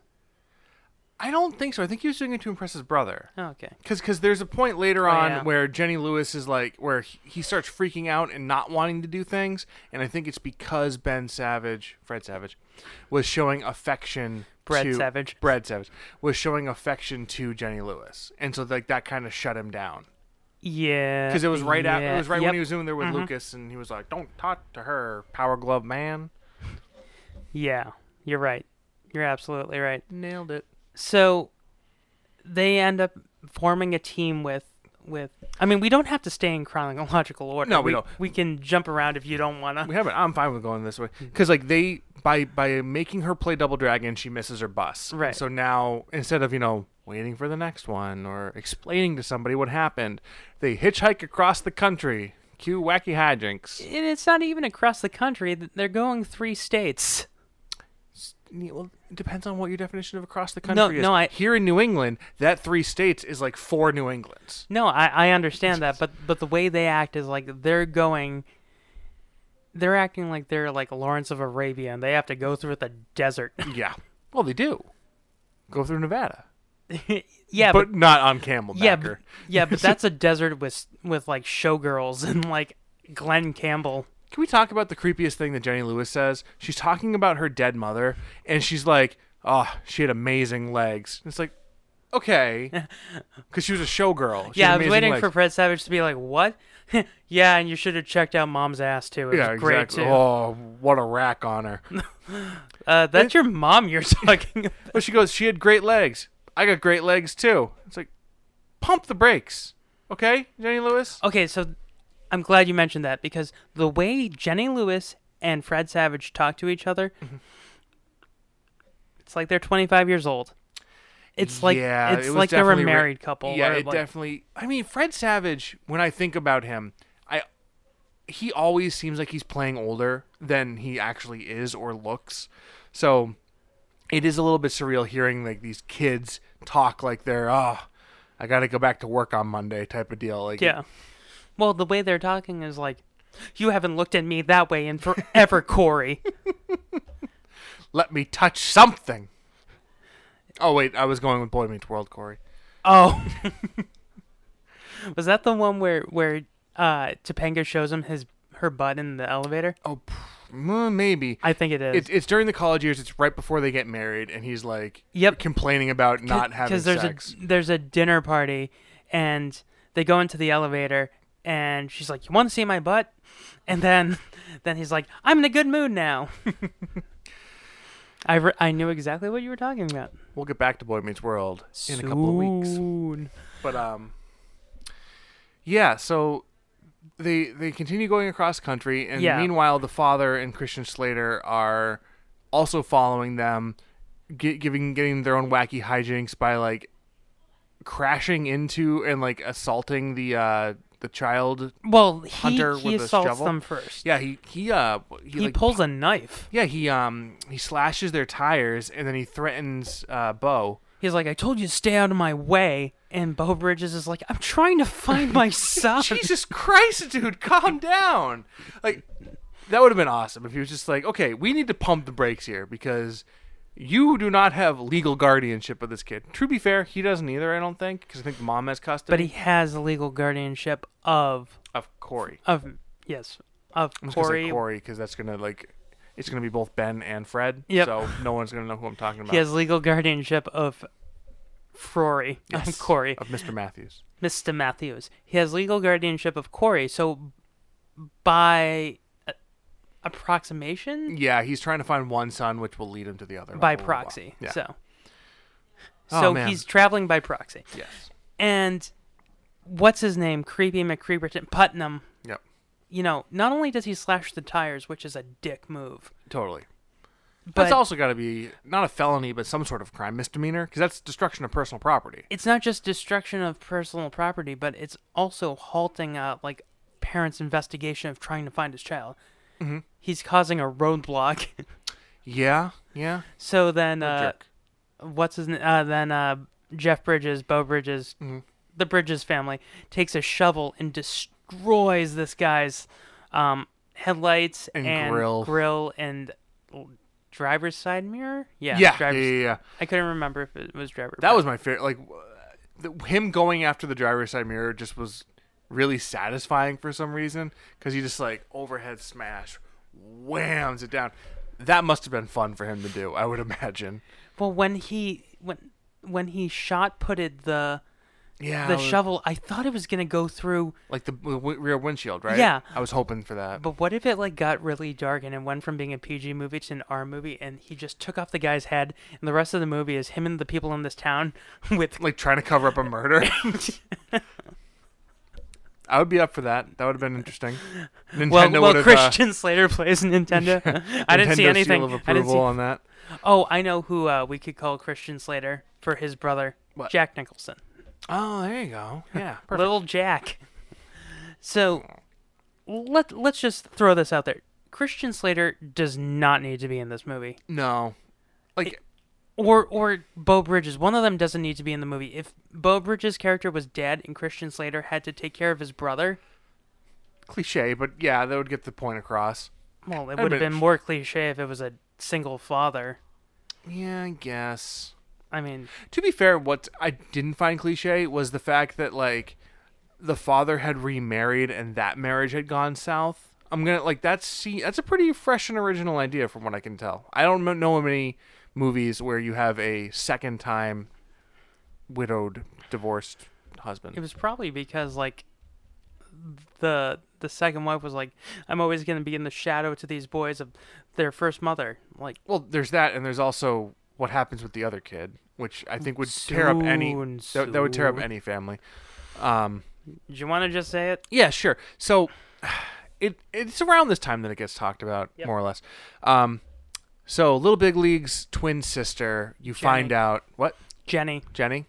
I don't think so. I think he was doing it to impress his brother.
Oh, Okay.
Because there's a point later on
Oh, yeah.
where Jenny Lewis is like where he he starts freaking out and not wanting to do things, and I think it's because Ben Savage, Fred Savage, was showing affection.
Brad
to,
Savage.
Brad Savage was showing affection to Jenny Lewis, and so like that kind of shut him down
Yeah.
because it was right out. It
Uh, yeah,
was right
yep, Mm-hmm.
when he was in there with Lucas, and he was like, "Don't talk to her, Power Glove Man."
Yeah. You're right. You're absolutely right.
Nailed it.
so they end up forming a team with with I mean we don't have to stay in chronological order.
No, we don't.
We can jump around if you don't want
We
to.
haven't. I'm fine with going this way because like they by by making her play Double Dragon, she misses her bus.
Right.
So now instead of you know waiting for the next one or explaining to somebody what happened, they hitchhike across the country. Cue wacky hijinks.
And it's not even across the country. th- They're going three states.
Well, it depends on what your definition of across the country is.
no, I-
here in New England, that three states is like four New Englands.
No, I, I understand that, but but the way they act is like they're going. They're acting like they're like Lawrence of Arabia, and they have to go through the desert.
Yeah. Well, they do. Go through Nevada,
yeah,
but not on camelback.
yeah, but,
or-
yeah, but that's a desert with with like showgirls and like Glenn Campbell.
Can we talk about the creepiest thing that Jenny Lewis says? She's talking about her dead mother, and she's like, "Oh, she had amazing legs." It's like, okay, because she was a showgirl. She had
Yeah, I was
amazing
waiting
legs.
for Fred Savage to be like, "What?" yeah, and you should have checked out Mom's ass too. It
Yeah,
was great
exactly.
too.
Oh, what a rack on her.
Uh, that's your mom you're talking. about.
But she goes, "She had great legs. I got great legs too." It's like, pump the brakes, okay, Jenny Lewis.
okay, so I'm glad you mentioned that because the way Jenny Lewis and Fred Savage talk to each other,
Mm-hmm.
it's like they're 25 years old. It's like
yeah,
it's
it was
like they're a
definitely ra-
married couple.
Yeah,
or
it
like-
definitely. I mean, Fred Savage. When I think about him, I he always seems like he's playing older than he actually is or looks. So it is a little bit surreal hearing like these kids talk like they're ah. I got to go back to work on Monday, type of deal. Like,
yeah. Well, the way they're talking is like, you haven't looked at me that way in forever, Corey.
let me touch something. Oh wait, I was going with Boy Meets World, Corey.
Oh. Was that the one where where uh Topanga shows him his her butt in the elevator?
Oh, pff, mm, maybe.
I think it is.
It's, it's during the college years. It's right before they get married, and he's like,
Yep.
complaining about not having
because there's
sex.
a there's a dinner party and they go into the elevator and she's like, "You want to see my butt?" And then then he's like, "I'm in a good mood now." I re- I knew exactly what you were talking about.
We'll get back to Boy Meets World in a couple of weeks.
Soon.
But um, yeah. So they they continue going across country, and
Yeah.
meanwhile, the father and Christian Slater are also following them, gi- giving getting their own wacky hijinks by like crashing into and like assaulting the uh the child.
Well, he,
Hunter
he
with a
assaults
shovel?
them first.
Yeah, he he uh he,
he
like,
pulls a knife.
Yeah, he um he slashes their tires and then he threatens uh Bo.
He's like, I told you to stay out of my way. And Bo Bridges is like, I'm trying to find my son.
Jesus Christ, dude, calm down. Like that would have been awesome if he was just like, okay, we need to pump the brakes here because You do not have legal guardianship of this kid. To be fair, he doesn't either. I don't think because I think mom has custody.
But he has legal guardianship of
of Corey.
of yes of
I'm just gonna
Corey.
say Corey because that's gonna like it's gonna be both Ben and Fred.
Yep.
So no one's gonna know who I'm talking about.
He has legal guardianship of Frory
Yes,
of Corey,
of Mr. Matthews.
Mr. Matthews. He has legal guardianship of Corey. So by uh, approximation,
Yeah, he's trying to find one son, which will lead him to the other.
by
blah, blah, blah, blah.
proxy.
Oh, Yeah.
So.
Oh,
So
man.
he's traveling by proxy.
yes,
And what's his name? Creepy McCreeperton Putnam.
yep,
You know, not only does he slash the tires, which is a dick move,
totally.
but
that's also got to be not a felony, but some sort of crime misdemeanor because that's destruction of personal property.
it's not just destruction of personal property, but it's also halting uh like parents' investigation of trying to find his child.
Mm-hmm.
He's causing a roadblock.
Yeah, yeah.
so then, uh,
Oh, jerk.
what's his name? Uh, then uh, Jeff Bridges, Bo Bridges,
Mm-hmm.
the Bridges family takes a shovel and destroys this guy's um, headlights
And
and,
grill.
grill and l- driver's side mirror. Yeah,
Yeah, yeah,
driver's-
yeah, yeah.
I couldn't remember if it was driver.
That was my favorite. Like w- the, him going after the driver's side mirror just was really satisfying for some reason because he just like overhead smash, whams it down. That must have been fun for him to do. I would imagine.
Well, when he when when he shot putted the
Yeah,
the
I was-
shovel, I thought it was gonna go through,
like the w- w- rear windshield, right?
Yeah.
I was hoping for that.
but what if it like got really dark and it went from being a PG movie to an R movie, and he just took off the guy's head, and the rest of the movie is him and the people in this town with
like trying to cover up a murder. I would be up for that. That would have been interesting. Nintendo
well,
would
well
have,
Christian Slater plays Nintendo. I didn't see
Nintendo
anything.
Seal of
I didn't
approval
see.
on that.
Oh, I know who uh, we could call Christian Slater for his brother,
What?
Jack Nicholson.
Oh, there you go. Yeah, perfect.
Little Jack. So let let's just throw this out there. Christian Slater does not need to be in this movie.
No, like
Or or Bo Bridges. One of them doesn't need to be in the movie. If Bo Bridges' character was dead and Christian Slater had to take care of his brother,
cliche, but yeah, that would get the point across.
well, it
That'd
would have
been-
been more cliche if it was a single father.
Yeah, I guess.
I mean,
To be fair, what I didn't find cliche was the fact that like the father had remarried and that marriage had gone south. I'm gonna like that's see that's a pretty fresh and original idea from what I can tell. I don't kno- know many movies where you have a second time widowed, divorced husband.
it was probably because like the the second wife was like, I'm always gonna be in the shadow to these boys of their first mother. Like
well, there's that, and there's also what happens with the other kid, which I think would tear up any
Soon,
that, that would tear up
soon.
any family.
do you wanna just say it?
Yeah, sure. So it it's around this time that it gets talked about, more or less. Um, so Little Big League's twin sister, you find
Jenny.
out what
Jenny.
Jenny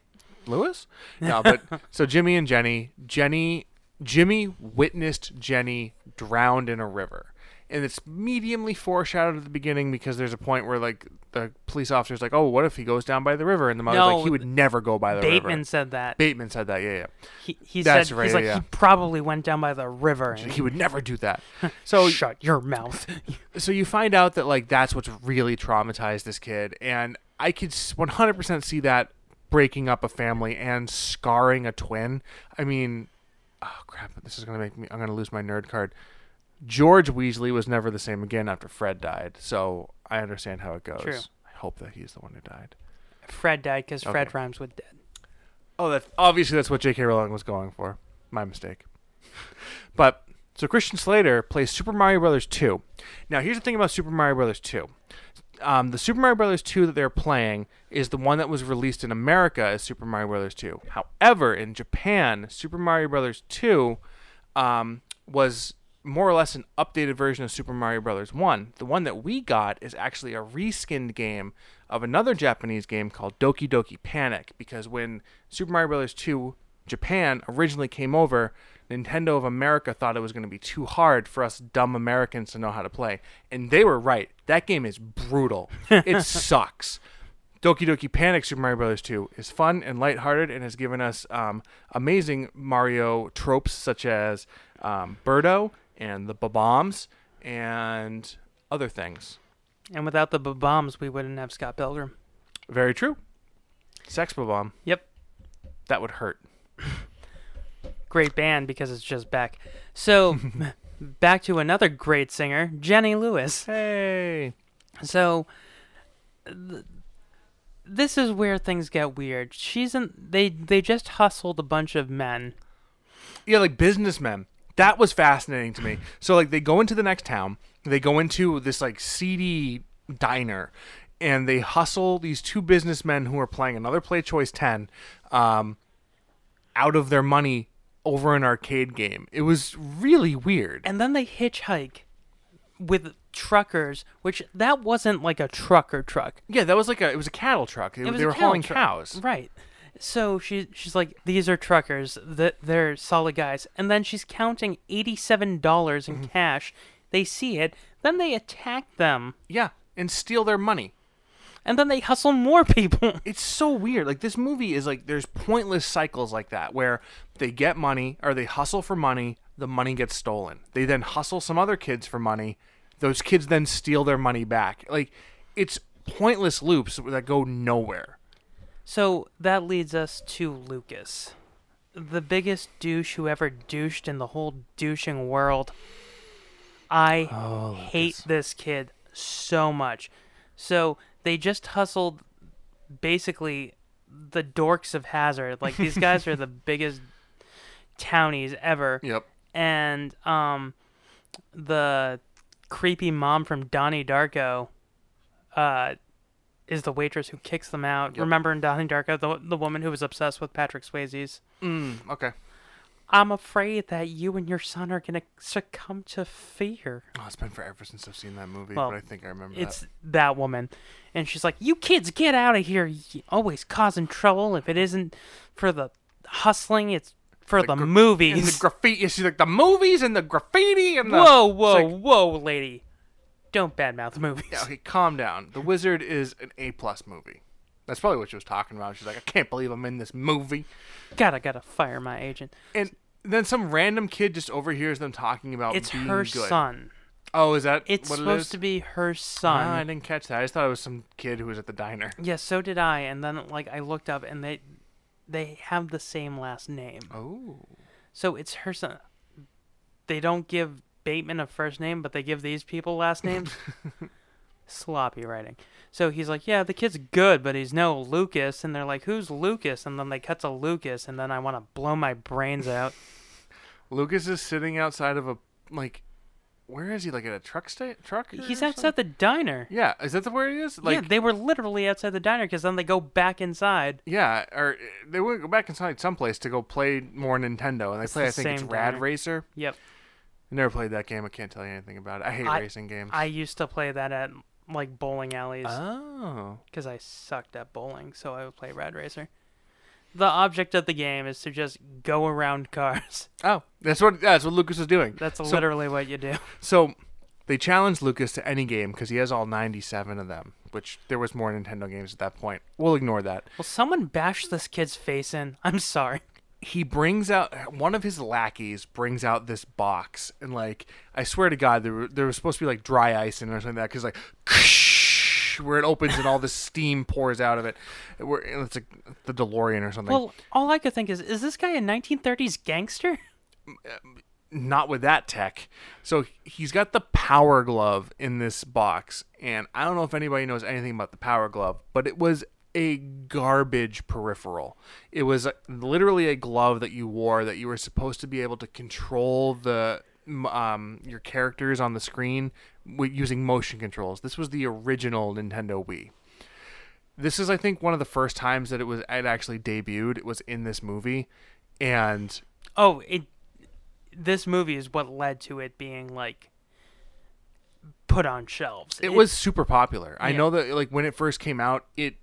Lewis? No, but so Jimmy and Jenny, Jenny Jimmy witnessed Jenny drowned in a river. And it's mediumly foreshadowed at the beginning because there's a point where like the police officer's like, "Oh, what if he goes down by the river?" And the mother's
No,
like, "He would never go by the
Bateman
river."
said that.
Bateman said that. Yeah, yeah.
He, he
That's
said
right,
he's like
yeah.
he probably went down by the river. And
He would never do that. So
shut your mouth.
so you find out that like that's what's really traumatized this kid and i could s- 100% see that breaking up a family and scarring a twin i mean oh crap this is going to make me i'm going to lose my nerd card george weasley was never the same again after fred died so i understand how it goes
True.
i hope that he's the one who died
Fred died because Fred
Okay.
rhymes with dead.
Oh, that's obviously that's what J.K. Rowling was going for. My mistake. but so Christian Slater plays Super Mario Brothers two. Now here's the thing about Super Mario Brothers two. Um, the Super Mario Brothers two that they're playing is the one that was released in America as Super Mario Brothers two. However, in Japan, Super Mario Brothers two um, was more or less an updated version of Super Mario Brothers 1. The one that we got is actually a reskinned game of another Japanese game called Doki Doki Panic because when Super Mario Brothers 2 Japan originally came over, Nintendo of America thought it was going to be too hard for us dumb Americans to know how to play. And they were right. That game is brutal. It sucks. Doki Doki Panic Super Mario Brothers 2 is fun and lighthearted and has given us um, amazing Mario tropes such as um, Birdo and the Bombs and other things.
And without the bombs, we wouldn't have Scott Pilgrim.
Very true. Sex bomb.
Yep.
That would hurt.
Great band because it's just back. So, back to another great singer, Jenny Lewis.
Hey.
So th- this is where things get weird. She's in they they just hustled a bunch of men.
Yeah, like businessmen. That was fascinating to me. So like they go into the next town, they go into this like seedy diner, and they hustle these two businessmen who are playing another play choice ten, um, out of their money over an arcade game. It was really weird.
And then they hitchhike with truckers, which that wasn't like a trucker truck.
Yeah, that was like a it was a cattle truck. They,
It was
they
a
were
cattle
hauling
truck.
cows.
Right. So she she's like, These are truckers, that they're solid guys and then she's counting eighty seven dollars
Mm-hmm.
in cash. They see it, then they attack them,
Yeah, and steal their money.
and then they hustle more people.
it's so weird. Like this movie is like there's pointless cycles like that where they get money or they hustle for money, the money gets stolen. They then hustle some other kids for money, those kids then steal their money back. Like it's pointless loops that go nowhere.
So that leads us to Lucas, the biggest douche who ever douched in the whole douching world. I hate this kid so much. So they just hustled basically the dorks of Hazard. Like these guys are the biggest townies ever.
Yep.
And um the creepy mom from Donnie Darko uh is the waitress who kicks them out. Remember in Donnie Darko, the the woman who was obsessed with Patrick Swayze's.
Okay.
I'm afraid that you and your son are gonna succumb to fear.
Oh, it's been forever since I've seen that movie,
Well,
but I think I remember
It's
that.
that woman, and she's like, "You kids, get out of here! You always causing trouble. If it isn't for the hustling, it's for the,
gr-
movies."
And the graffiti. She's like the movies and the graffiti and the.
whoa,
It's
whoa,
like,
whoa, lady! Don't badmouth movies.
yeah, okay, calm down. The Wizard is an A plus movie. That's probably what she was talking about. She's like, I can't believe I'm in this movie.
God, I gotta fire my agent.
And then some random kid just overhears them talking about
It's
being
her
good.
son.
Oh, is that
It's
what it
supposed
is?
to be her
Ah,
son.
I didn't catch that. I just thought it was some kid who was at the diner.
Yeah, so did I. And then like I looked up, and they they have the same last name.
Oh,
So it's her son. They don't give Bateman a first name, but they give these people last names. Sloppy writing. So he's like, "Yeah, the kid's good, but he's no Lucas." And they're like, "Who's Lucas?" And then they cut to Lucas, and then I want to blow my brains out.
Lucas is sitting outside of a like. Where is he? Like at a truck sta- truck?
he's outside the diner.
Yeah, is that the where he is? Like,
yeah, they were literally outside the diner because then they go back inside.
yeah, or uh, they would go back inside someplace to go play more Nintendo, and they play.
the
I think it's
same
Rad
diner.
Racer.
Yep.
I never played that game. I can't tell you anything about it. I hate
I-
racing games.
I used to play that at like bowling alleys.
oh,
because I sucked at bowling, so I would play Rad Racer. The object of the game is to just go around cars.
oh, that's what that's what Lucas is doing.
That's
So-
literally what you do.
So they challenged Lucas to any game because he has all 97 of them, which there was more Nintendo games at that point. We'll ignore that.
Well, someone bashed this kid's face in. I'm sorry.
He brings out one of his lackeys brings out this box and like I swear to God there, were- there was supposed to be like dry ice in it or something like that because like where it opens and all the steam pours out of it. Where it's like the DeLorean or something.
Well, all I could think is, is this guy a 1930s gangster?
not with that tech. So he's got the power glove in this box, and I don't know if anybody knows anything about the power glove, but it was a garbage peripheral. It was uh, literally a glove that you wore that you were supposed to be able to control the um, your characters on the screen wi- using motion controls. This was the original Nintendo Wii. This is, I think, one of the first times that it was it actually debuted. It was in this movie, and
Oh, it. This movie is what led to it being like put on shelves.
it was super popular. I
Yeah.
know that like when it first came out, it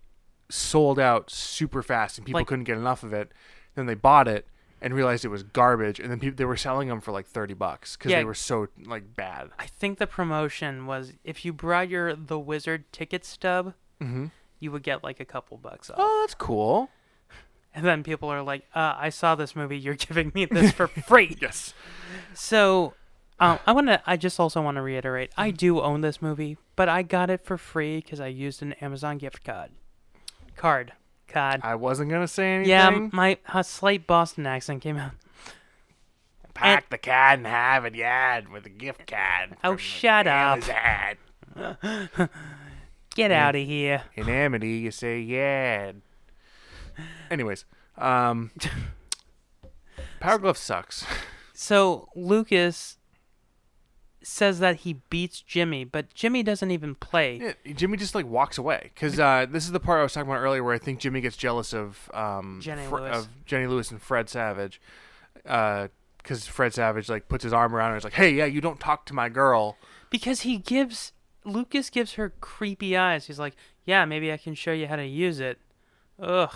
sold out super fast and people
Like-
couldn't get enough of it. Then they bought it and realized it was garbage and then people they were selling them for like 30 bucks cuz
Yeah.
they were so like bad.
I think the promotion was if you brought your the wizard ticket stub, you would get like a couple bucks off.
Oh, that's cool.
And then people are like, uh, I saw this movie. You're giving me this for free.
Yes.
So Um, I want to. I just also want to reiterate. I do own this movie, but I got it for free because I used an Amazon gift card. Card. Card.
I wasn't gonna say anything.
yeah, m- my a slight Boston accent came out.
pack the card and have it, yeah, with a gift card.
Oh, shut up!
Amazon.
Get out of here.
In Amity, you say yeah. Anyways, um, Power Glove sucks.
So Lucas says that he beats Jimmy, but Jimmy doesn't even play.
Yeah, Jimmy just like walks away because uh, this is the part I was talking about earlier where I think Jimmy gets jealous of um,
Jenny
Fre-
Lewis.
of Jenny Lewis and Fred Savage because Fred Savage like puts his arm around her and is like, "Hey, yeah, you don't talk to my girl."
because he gives Lucas gives her creepy eyes. He's like, "Yeah, maybe I can show you how to use it." Ugh,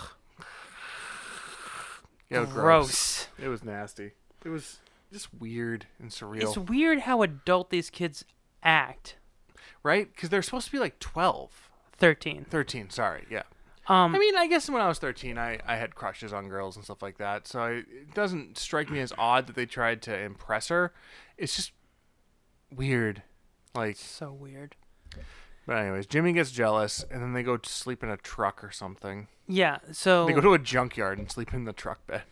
Yeah,
gross.
It was nasty. It was just weird and surreal,
It's weird how adult these kids act.
right? Because they're supposed to be like 12,
Thirteen.
13, Sorry, yeah.
Um,
I mean, I guess when I was 13, I, I had crushes on girls and stuff like that. So I, it doesn't strike me as odd that they tried to impress her. It's just weird. Like,
so weird.
but anyways, Jimmy gets jealous, and then they go to sleep in a truck or something.
Yeah. So
They go to a junkyard and sleep in the truck bed.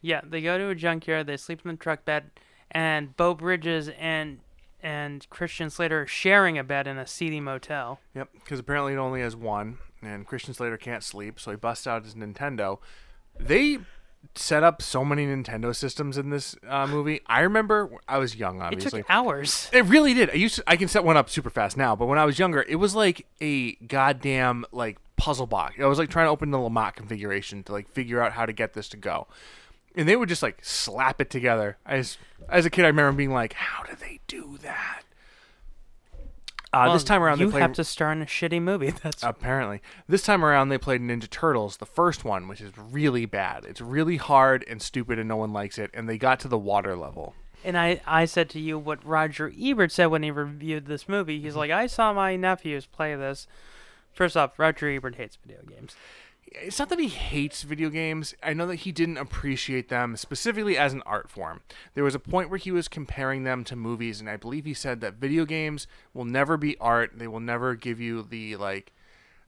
yeah, they go to a junkyard. They sleep in the truck bed, and Bo Bridges and and Christian Slater are sharing a bed in a seedy motel.
Yep, because apparently it only has one, and Christian Slater can't sleep, so he busts out his Nintendo. They set up so many Nintendo systems in this uh, movie. I remember I was young,
It
obviously.
took hours.
It really did. I used to, I can set one up super fast now, but when I was younger, it was like a goddamn like puzzle box. I was like trying to open the Lamont configuration to like figure out how to get this to go. And they would just like slap it together. As as a kid, I remember being like, "How do they do that?" Uh, this
Well,
time around,
Um, you
they played Uh,
have to star in a shitty movie. That's
Apparently. This time around, they played Ninja Turtles, the first one, which is really bad. It's really hard and stupid, and no one likes it. And they got to the water level.
And I, I said to you what Roger Ebert said when he reviewed this movie.
Mm-hmm.
He's like, I saw my nephews play this. First off, Roger Ebert hates video games.
It's not that he hates video games. I know that he didn't appreciate them specifically as an art form. There was a point where he was comparing them to movies, and I believe he said that video games will never be art. They will never give you the like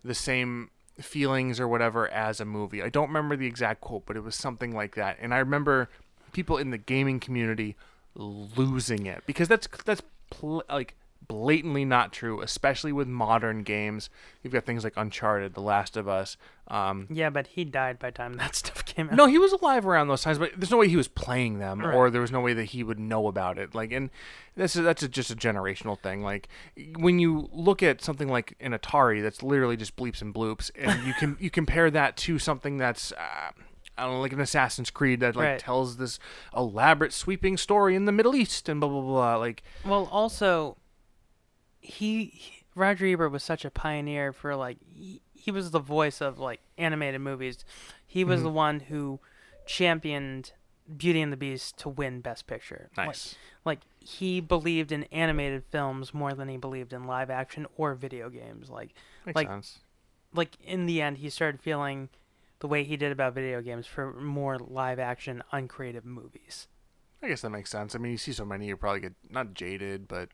the same feelings or whatever as a movie. I don't remember the exact quote, but it was something like that. And I remember people in the gaming community losing it because that's that's pl- like blatantly not true, especially with modern games. You've got things like Uncharted, The Last of Us. Um,
Yeah, but he died by the time that stuff came out.
no, he was alive around those times, but there's no way he was playing them, or there was no way that he would know about it. Like, and that's a, that's a, just a generational thing. Like, when you look at something like an Atari, that's literally just bleeps and bloops, and you can you compare that to something that's. Uh, I don't know, like an Assassin's Creed that like
Right.
tells this elaborate sweeping story in the Middle East and blah blah blah. Like,
Well, also, he, he- Roger Ebert was such a pioneer for like he, he was the voice of like animated movies. He
Mm-hmm.
was the one who championed Beauty and the Beast to win Best Picture. Like-
Nice.
Like, he believed in animated films more than he believed in live action or video games. Like like
sense.
like in the end he started feeling the way he did about video games for more live action uncreative movies.
I guess that makes sense. I mean, you see so many, you probably get not jaded, but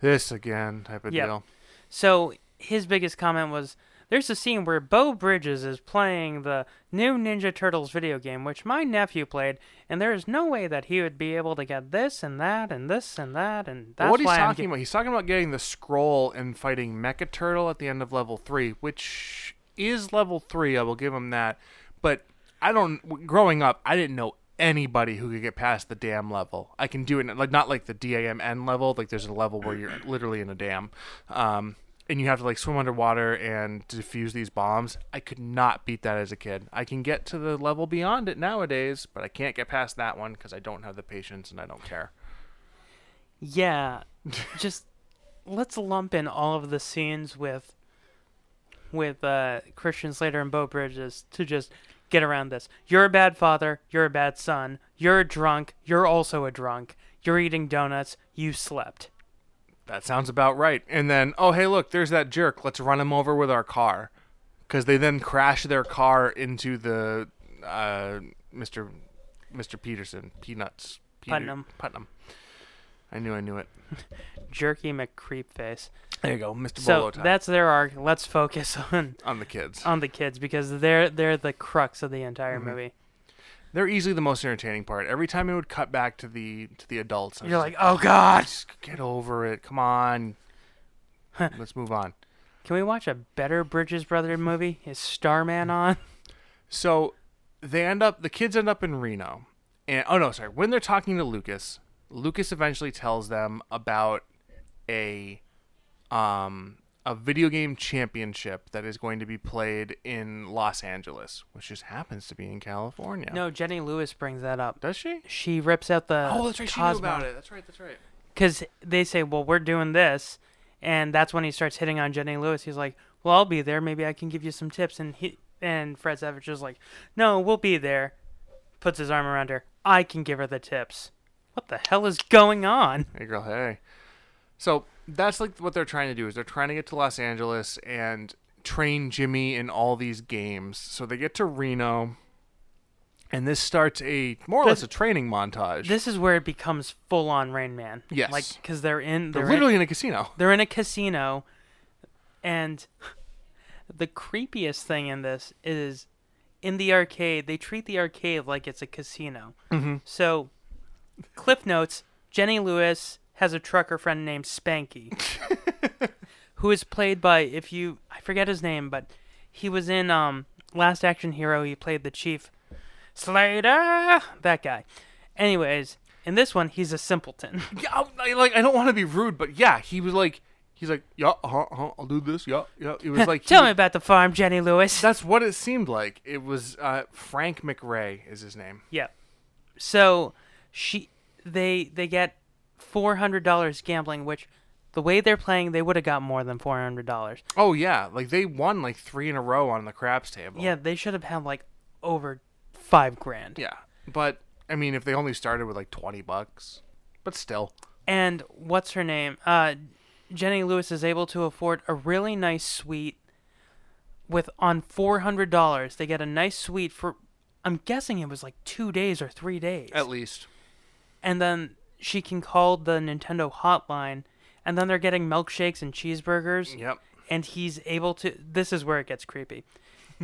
this again type of
Yeah.
deal.
So his biggest comment was there's a scene where Bo Bridges is playing the new Ninja Turtles video game, which my nephew played, and there is no way that he would be able to get this and that and this and that and that's
what he's
why I'm
talking
ge-
about, he's talking about getting the scroll and fighting Mecha Turtle at the end of level three, which is level three. I will give him that. But I don't. w- Growing up, I didn't know anybody who could get past the dam level. I can do it like not like the DAMN level. Like there's a level where you're literally in a dam, um, and you have to like swim underwater and defuse these bombs. I could not beat that as a kid. I can get to the level beyond it nowadays, but I can't get past that one because I don't have the patience and I don't care.
Yeah. just let's lump in all of the scenes with with uh, Christian Slater and Bo Bridges to just get around this. You're a bad father, you're a bad son, you're a drunk, you're also a drunk, you're eating donuts, you slept.
That sounds about right. And then, oh, hey, look, there's that jerk. Let's run him over with our car. Because they then crash their car into the uh, Mr. Mr. Peterson, Peanuts. Peter-
Putnam.
Putnam. I knew I knew it.
Jerky McCreepface.
There you go, Mr.
So
Bolo time
that's um, their arc. Let's focus on
on the kids.
on the kids because they're they're the crux of the entire movie.
They're easily the most entertaining part. Every time it would cut back to the to the adults, I was
You're
just
like, oh god,
just get over it. Come on. Let's move on.
can we watch a better Bridges Brother movie? Is Starman on?
So they end up the kids end up in Reno. And oh no, sorry. When they're talking to Lucas, Lucas eventually tells them about a um a video game championship that is going to be played in Los Angeles, which just happens to be in California.
No, Jenny Lewis brings that up.
Does she?
She rips out the
Oh, that's right. She knew about it. That's right. That's right.
because they say, well, we're doing this, and that's when he starts hitting on Jenny Lewis. He's like, well, I'll be there. Maybe I can give you some tips. And he and Fred Savage is like, no, we'll be there. Puts his arm around her. I can give her the tips. What the hell is going on?
Hey, girl. Hey. So that's like what they're trying to do is they're trying to get to Los Angeles and train Jimmy in all these games. So they get to Reno, and this starts a more or less a training montage.
This is where it becomes full on Rain Man.
Yes.
like because they're in
they're
they're,
literally
in,
in a casino.
they're in a casino, and the creepiest thing in this is in the arcade they treat the arcade like it's a casino. So, Cliff Notes: Jenny Lewis has a trucker friend named Spanky, who is played by if you I forget his name, but he was in um Last Action Hero. He played the chief Slater, that guy. Anyways, in this one he's a simpleton.
Yeah, I- I, like I don't want to be rude, but yeah, he was like, he's like, yeah, uh-huh, uh-huh, I'll do this, yeah, yeah. It was like,
Tell
he-
me about the farm, Jenny Lewis.
That's what it seemed like. It was uh, Frank McRae is his name.
yeah. So she they they get four hundred dollars gambling, which the way they're playing, they would have got more than four hundred dollars.
Oh yeah, like they won like three in a row on the craps table.
Yeah, they should have had like over five grand.
Yeah, but I mean, if they only started with like twenty bucks, but still,
And what's her name? Uh, Jenny Lewis is able to afford a really nice suite with on four hundred dollars. They get a nice suite for. I'm guessing it was like two days or three days.
at least.
and then she can call the Nintendo hotline, and then they're getting milkshakes and cheeseburgers.
Yep.
And he's able to. This is where it gets creepy.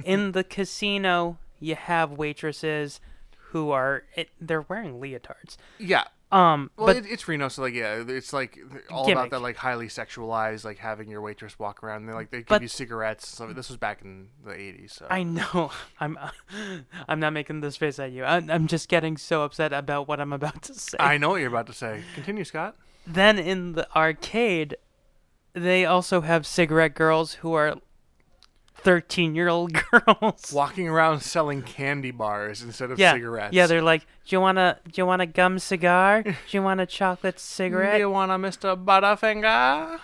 In the casino, you have waitresses who are it, they're wearing leotards.
Yeah.
Um,
Well,
but
it, it's Reno, so like, yeah, it's like all
Gimmick.
about that, like highly sexualized, like having your waitress walk around. And they like they give
But-
you cigarettes. So this was back in the '80s. So.
I know I'm I'm not making this face at you. I'm, I'm just getting so upset about what I'm about to say.
I know what you're about to say. Continue, Scott.
then in the arcade, they also have cigarette girls who are thirteen year old girls.
Walking around selling candy bars instead of
yeah.
cigarettes.
Yeah, they're like, do you wanna do you want a gum cigar? Do you want a chocolate
Do you
cigarette?
want a Mr. Butterfinger?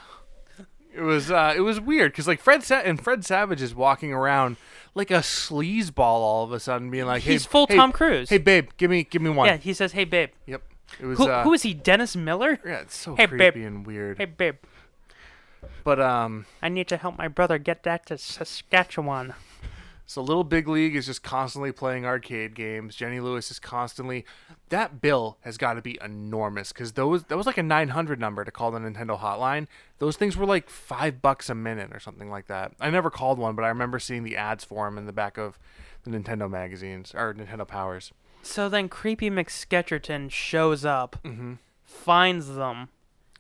It was uh, it was weird because like Fred Sa- and Fred Savage is walking around like a sleazeball all of a sudden, being like, hey,
He's full
hey,
Tom Cruise.
Hey babe, give me give me one.
Yeah, he says, hey babe.
Yep. It was
Who,
uh,
who is he? Dennis Miller?
yeah, it's so
Hey,
creepy
babe.
and weird.
Hey babe,
But um,
I need to help my brother get back to Saskatchewan.
so little big league is just constantly playing arcade games. Jenny Lewis is constantly. That bill has got to be enormous because those that was like a nine hundred number to call the Nintendo hotline. Those things were like five bucks a minute or something like that. I never called one, but I remember seeing the ads for them in the back of the Nintendo magazines or Nintendo Powers.
So then creepy McSketcherton shows up,
Mm-hmm.
finds them,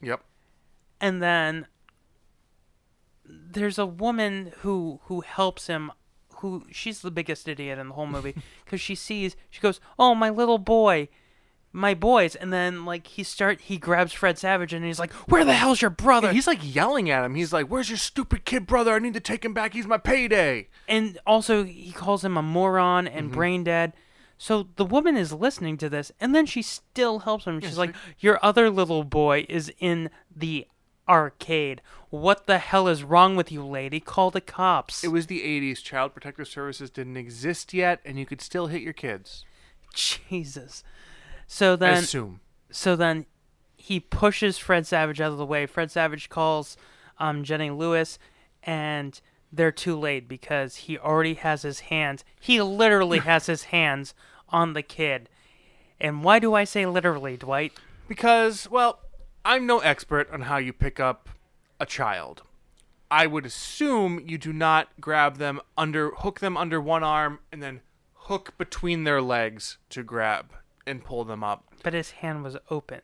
Yep.
and then there's a woman who who helps him who she's the biggest idiot in the whole movie because she sees she goes oh my little boy my boys and then like he start he grabs fred savage and he's like where the hell's your brother
He's like yelling at him. He's like, "Where's your stupid kid brother? I need to take him back. He's my payday."
and also he calls him a moron and brain dead so the woman is listening to this and then she still helps him she's like your other little boy is in the arcade what the hell is wrong with you lady call the cops
It was the 80s. Child Protective Services didn't exist yet, and you could still hit your kids.
Jesus. So then,
Assume.
so then, he pushes Fred Savage out of the way. Fred Savage calls um, Jenny Lewis, and they're too late because he already has his hands. He literally has his hands on the kid. And why do I say literally, Dwight?
Because, well, I'm no expert on how you pick up a child. I would assume you do not grab them under, hook them under one arm, and then hook between their legs to grab and pull them up.
But his hand was open.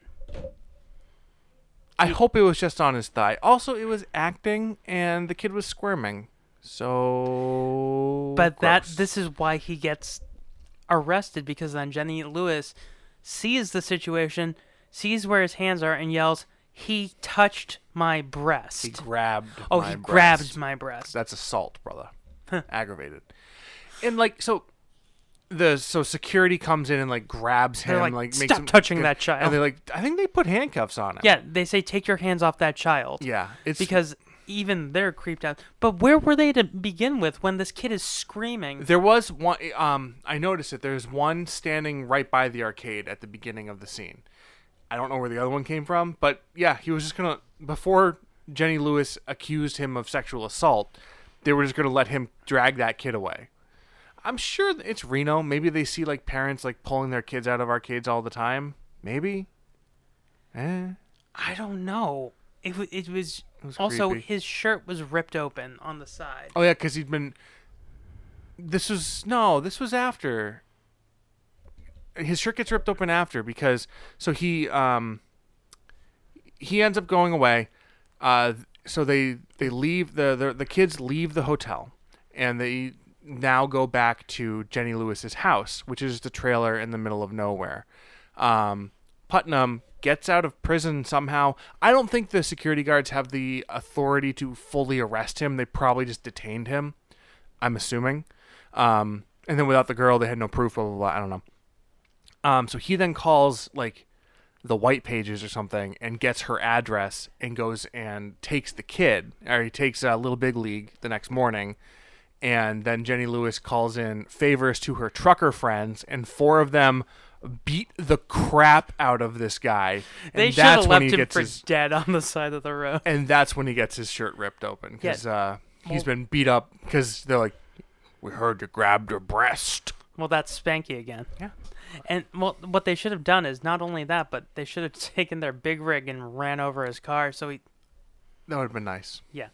I hope it was just on his thigh. Also, it was acting, and the kid was squirming. So,
But
gross.
that this is why he gets arrested because then Jenny Lewis sees the situation, sees where his hands are, and yells, "He touched my breast."
he grabbed.
oh,
my
he
breast.
grabbed my breast.
That's assault, brother. Aggravated. And like so the so security comes in and like grabs him,
They're like,
makes
"Stop
him-
touching that
And
child."
they like I think they put handcuffs on him.
yeah, they say, "Take your hands off that child."
Yeah. It's
because even they're creeped out. But where were they to begin with when this kid is screaming?
there was one um I noticed it. There's one standing right by the arcade at the beginning of the scene. I don't know where the other one came from, but yeah, he was just gonna before Jenny Lewis accused him of sexual assault, they were just gonna let him drag that kid away. I'm sure th- it's Reno. Maybe they see like parents like pulling their kids out of arcades all the time. Maybe. Eh.
I don't know. It wa it was, also
creepy.
his shirt was ripped open on the side.
Oh yeah, because he'd been. This was no. This was after. His shirt gets ripped open after because so he um. He ends up going away, uh. So they they leave the the, the kids leave the hotel, and they now go back to Jenny Lewis's house, which is the trailer in the middle of nowhere. Um, Putnam gets out of prison somehow. I don't think the security guards have the authority to fully arrest him. They probably just detained him. I'm assuming. Um, and then without the girl, they had no proof. Blah blah blah. I don't know. Um, so he then calls like the white pages or something and gets her address and goes and takes the kid or he takes uh, little big league the next morning and then jenny lewis calls in favors to her trucker friends and four of them beat the crap out of this guy and
They should
that's
have left
when he
him
gets
for
his
dead on the side of the road.
and that's when he gets his shirt ripped open because
Yeah.
uh, he's been beat up because they're like we heard you grabbed her breast
Well, that's Spanky again.
yeah
And well, what they should have done is not only that, but they should have taken their big rig and ran over his car. So he,
that would have been nice
yeah.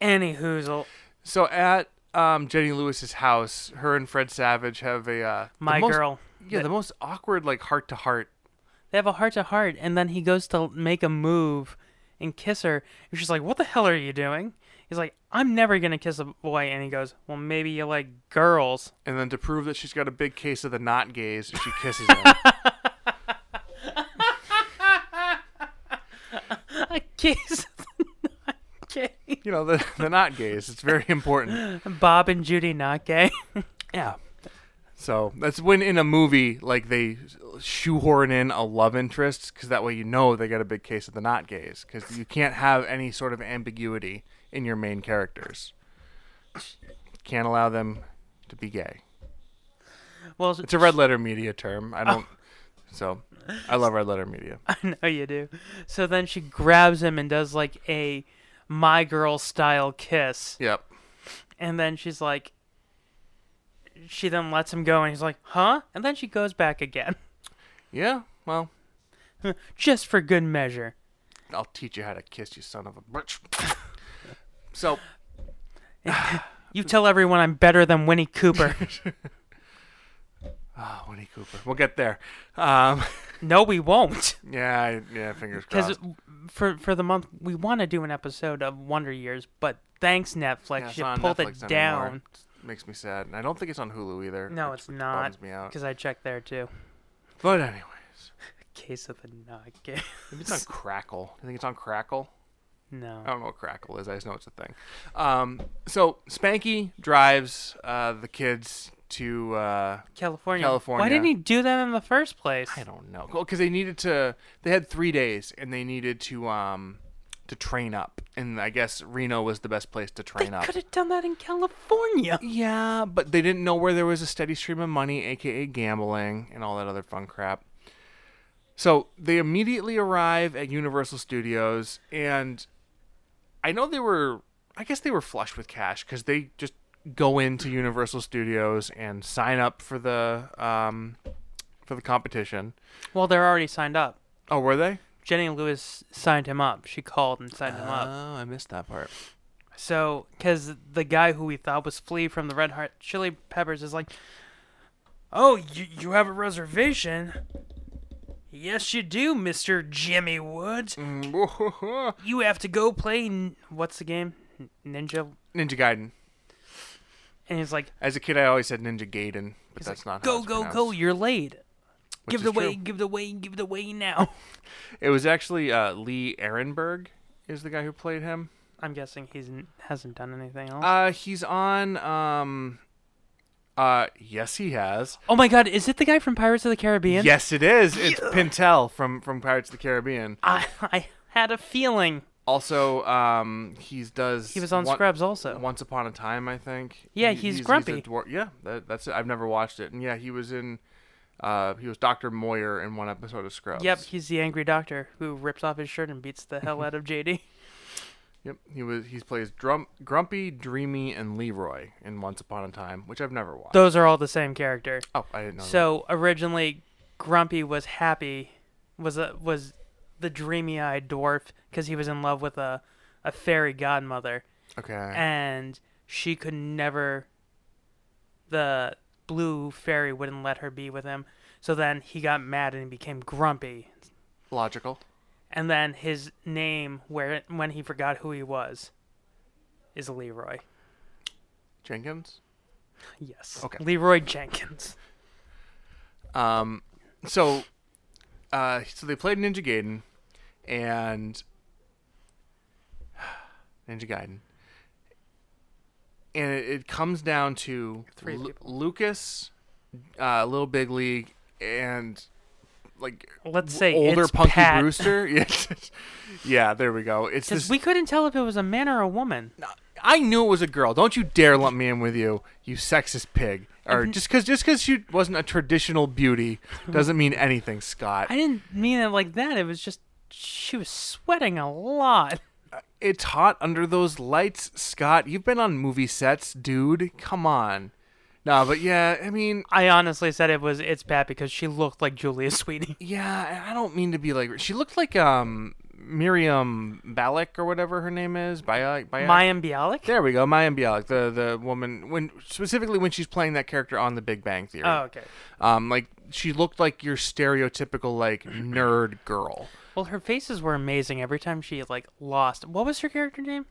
Any hoozle,
So at um, Jenny Lewis's house, her and Fred Savage have a uh, the
my
most-
girl.
Yeah, the most awkward like heart to heart.
They have a heart to heart, and then he goes to make a move and kiss her. And she's like, What the hell are you doing? He's like, I'm never going to kiss a boy. And he goes, Well, maybe you like girls.
And then to prove that she's got a big case of the not gaze, she kisses him.
A kiss. not gay.
you know, the the not gaze. It's very important.
Bob and Judy not gay.
Yeah. So that's when in a movie like they shoehorn in a love interest because that way you know they got a big case of the not gaze because you can't have any sort of ambiguity in your main characters. Can't allow them to be gay.
well,
It's a red letter media term. I don't. So, I love red letter media.
I know you do. So then she grabs him and does like a my girl style kiss.
Yep.
And then she's like, She then lets him go, and he's like, Huh? And then she goes back again.
Yeah. Well,
Just for good measure.
I'll teach you how to kiss, you son of a bitch. so,
You tell everyone I'm better than Winnie Cooper.
oh, Winnie Cooper. We'll get there. Um,
no, we won't.
yeah. I, yeah. Fingers
Because
crossed.
for for the month we want to do an episode of Wonder Years, but thanks
Yeah,
Netflix,
it's
you
not on
pulled
Netflix
it
anymore.
down.
It makes me sad, and I don't think it's on Hulu either.
No,
which-
it's
which
not.
Bums me out.
Because I checked there too.
But anyways,
Case of the not gay.
maybe it's on Crackle. I think it's on Crackle.
no.
I don't know what crackle is. I just know it's a thing. Um, so Spanky drives uh, the kids to uh,
California. Why
California.
didn't he do that in the first place?
I don't know. Because they needed to. They had three days, and they needed to um to train up. And I guess Reno was the best place to train
They
up.
could have done that in California.
E Yeah, but they didn't know where there was a steady stream of money, aka gambling and all that other fun crap. So they immediately arrive at Universal Studios, and I know they were. I guess they were flush with cash because they just go into Universal Studios and sign up for the um for the competition.
Well, they're already signed up.
Oh, were they?
Jenny Lewis signed him up. She called and signed him up.
Oh, I missed that part.
So, because the guy who we thought was Flea from the Red Hot Chili Peppers is like, Oh, you, you have a reservation? Yes, you do, Mr. Jimmy Woods.
Mm. Ninja
You have to go play. N- What's the game? N- Ninja?
Gaiden.
And he's like,
As a kid, I always said Ninja Gaiden, but that's not how
Go,
it's
go, go.
pronounced,
You're late.
which
Give
is
the way,
true.
give the way, give the way now.
It was actually uh, Lee Ehrenberg is the guy who played him.
I'm guessing he's n- hasn't done anything else.
Uh, he's on. Um, uh, yes, he has.
oh my God, is it the guy from Pirates of the Caribbean?
Yes, it is. It's Pintel from from Pirates of the Caribbean.
I, I had a feeling.
Also, um, he does.
He was on
One-
Scrubs also.
Once Upon a Time, I think.
Yeah,
He-
he's
a
grumpy.
dwar- yeah, that, that's it. I've never watched it, and yeah, he was in. Uh, he was Doctor Moyer in one episode of Scrubs.
Yep, he's the angry doctor who rips off his shirt and beats the hell out of JD.
Yep. He was. He plays Drum, Grumpy, Dreamy, and Leroy in Once Upon a Time, which I've never watched.
Those are all the same character.
oh, I didn't know. that.
So originally, Grumpy was happy, was a was the dreamy-eyed dwarf because he was in love with a a fairy godmother,
Okay.
and she could never. The blue fairy wouldn't let her be with him, so then he got mad and became grumpy.
Logical.
And then his name, where when he forgot who he was, is Leroy.
Jenkins.
Yes.
Okay.
Leroy Jenkins.
Um, so, uh, so they played Ninja Gaiden, and Ninja Gaiden, and it, it comes down to
Three
Lu-
people.
Lucas, uh, Little Big League, and like
Let's say
older
it's
Punky
Pat.
Brewster. Yeah, yeah, there we go. It's
Because
this.
we couldn't tell if it was a man or a woman.
I knew it was a girl. Don't you dare lump me in with you, you sexist pig. Or
Mhm.
just because just because she wasn't a traditional beauty doesn't mean anything, Scott.
I didn't mean it like that. It was just she was sweating a lot.
It's hot under those lights, Scott. You've been on movie sets, dude. Come on. No, but yeah, I mean,
I honestly said it was it's Pat because she looked like Julia Sweetie.
yeah, I I don't mean to be like. She looked like um Miriam Balak or whatever her name is. Bialik. Bialik.
Mayim Bialik.
There we go, Mayim Bialik, the the woman when specifically when she's playing that character on The Big Bang Theory.
Oh, okay.
Um, like she looked like your stereotypical like nerd girl.
Well, her faces were amazing every time she like lost. What was her character name?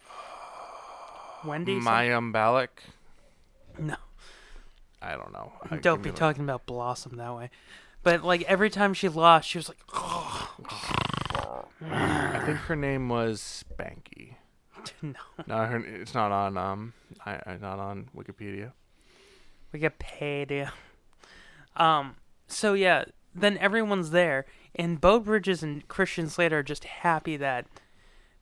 Wendy. something?
Mayim Balak.
No.
I don't know. I-
Don't
give
be
me a-
talking about Blossom that way. But like every time she lost, she was like,
I think her name was Spanky.
"No,
No, her, it's not on um, I, I not on Wikipedia.
we get paid." Yeah. Um. So yeah, then everyone's there, and Bo Bridges and Christian Slater are just happy that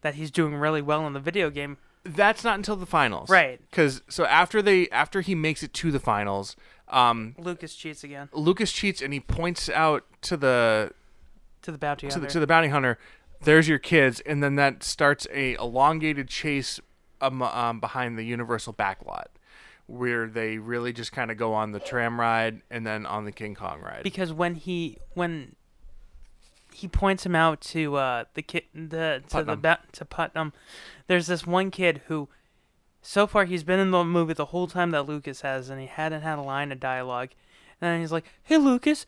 that he's doing really well in the video game.
That's not until the finals,
Right.
Because so after they after he makes it to the finals, um,
Lucas cheats again
Lucas cheats and he points out to the
to the bounty
to the,
hunter.
to the bounty hunter, "There's your kids," and then that starts a elongated chase um, um, behind the Universal backlot, where they really just kind of go on the tram ride and then on the King Kong ride.
because when he when he points him out to uh the kid the to the
Putnam.
ba- to Putnam, there's this one kid who so far he's been in the movie the whole time that Lucas has, and he hadn't had a line of dialogue. And then he's like, "Hey Lucas,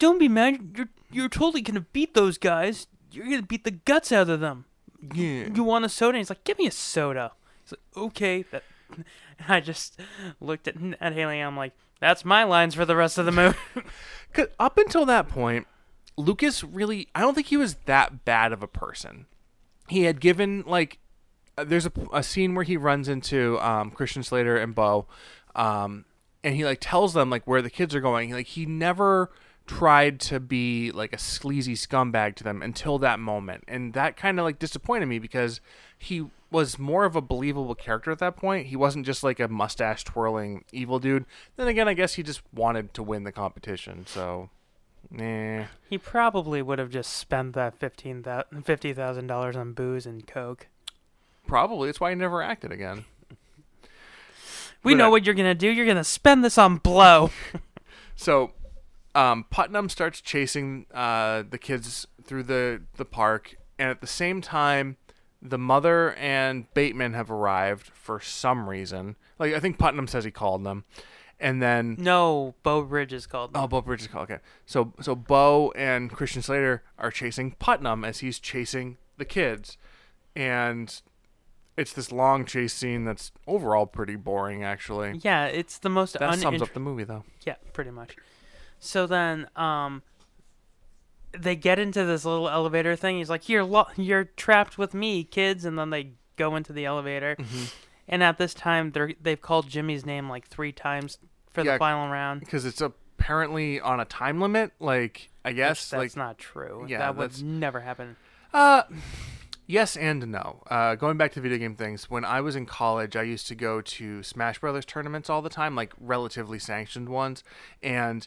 don't be mad. You're you're totally gonna beat those guys. You're gonna beat the guts out of them.
yeah.
You want a soda?" And he's like, "Give me a soda." He's like, "Okay." That, and I just looked at at Haley. And I'm like, "That's my lines for the rest of the movie."
'Cause up until that point, Lucas really, I don't think he was that bad of a person. He had given, like, uh, there's a, a scene where he runs into um, Christian Slater and Bo, um, and he, like, tells them, like, where the kids are going. Like, he never tried to be, like, a sleazy scumbag to them until that moment. And that kind of, like, disappointed me because he was more of a believable character at that point. He wasn't just, like, a mustache twirling evil dude. Then again, I guess he just wanted to win the competition, so. Nah.
He probably would have just spent that fifteen thousand fifty thousand dollars on booze and coke.
Probably. That's why he never acted again.
We
But
know
I-
what you're gonna do. You're gonna spend this on blow.
So, um, Putnam starts chasing uh, the kids through the the park, and at the same time, the mother and Bateman have arrived for some reason. Like I think Putnam says he called them, and then
Mm. No, Bo Bridges called. them.
Oh, Bo Bridges call. Okay, so so Bo and Christian Slater are chasing Putnam as he's chasing the kids, and it's this long chase scene that's overall pretty boring, actually.
Yeah, it's the most
That sums
uninter-
up the movie, though.
Yeah, pretty much. So then, um, they get into this little elevator thing. He's like, "You're lo- you're trapped with me, kids," and then they go into the elevator.
Mm-hmm.
And at this time, they're they've called Jimmy's name like three times for
Yeah.
the final round.
Because it's apparently on a time limit. Like I guess,
That's
like
not true.
yeah,
that would
that's-
never happen.
Yes and no. Uh, going back to video game things, when I was in college, I used to go to Smash Brothers tournaments all the time, like relatively sanctioned ones. And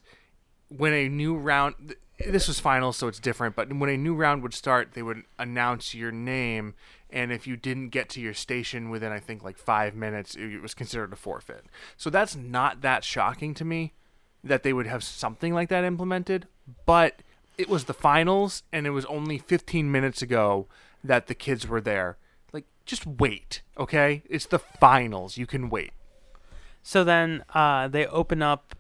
when a new round, th- this was finals, so it's different, but when a new round would start, they would announce your name. And if you didn't get to your station within, I think, like five minutes, it it was considered a forfeit. So that's not that shocking to me that they would have something like that implemented, but it was the finals and it was only 15 minutes ago that the kids were there. Like just wait, okay? It's the finals. You can wait.
So then uh, they open up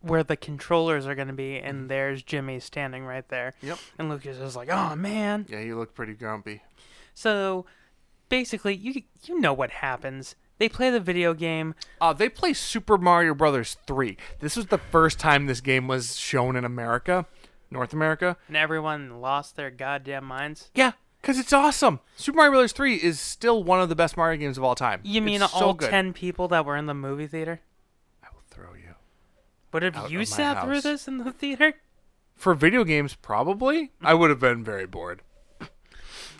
where the controllers are going to be, and there's Jimmy standing right there.
Mm-hmm. Yep.
And Lucas is like, "Oh man."
Yeah, you look pretty grumpy.
So basically, you you know what happens. They play the video game.
Uh, they play Super Mario Brothers 3. This was the first time this game was shown in America, North America.
and everyone lost their goddamn minds.
Yeah, cuz it's awesome. Super Mario Brothers 3 is still one of the best Mario games of all time.
You
It's
mean
so
all
good.
ten people that were in the movie theater?
I will throw you.
But if
Out
you
of my
sat through
house.
this in the theater,
for video games, probably I would have been very bored.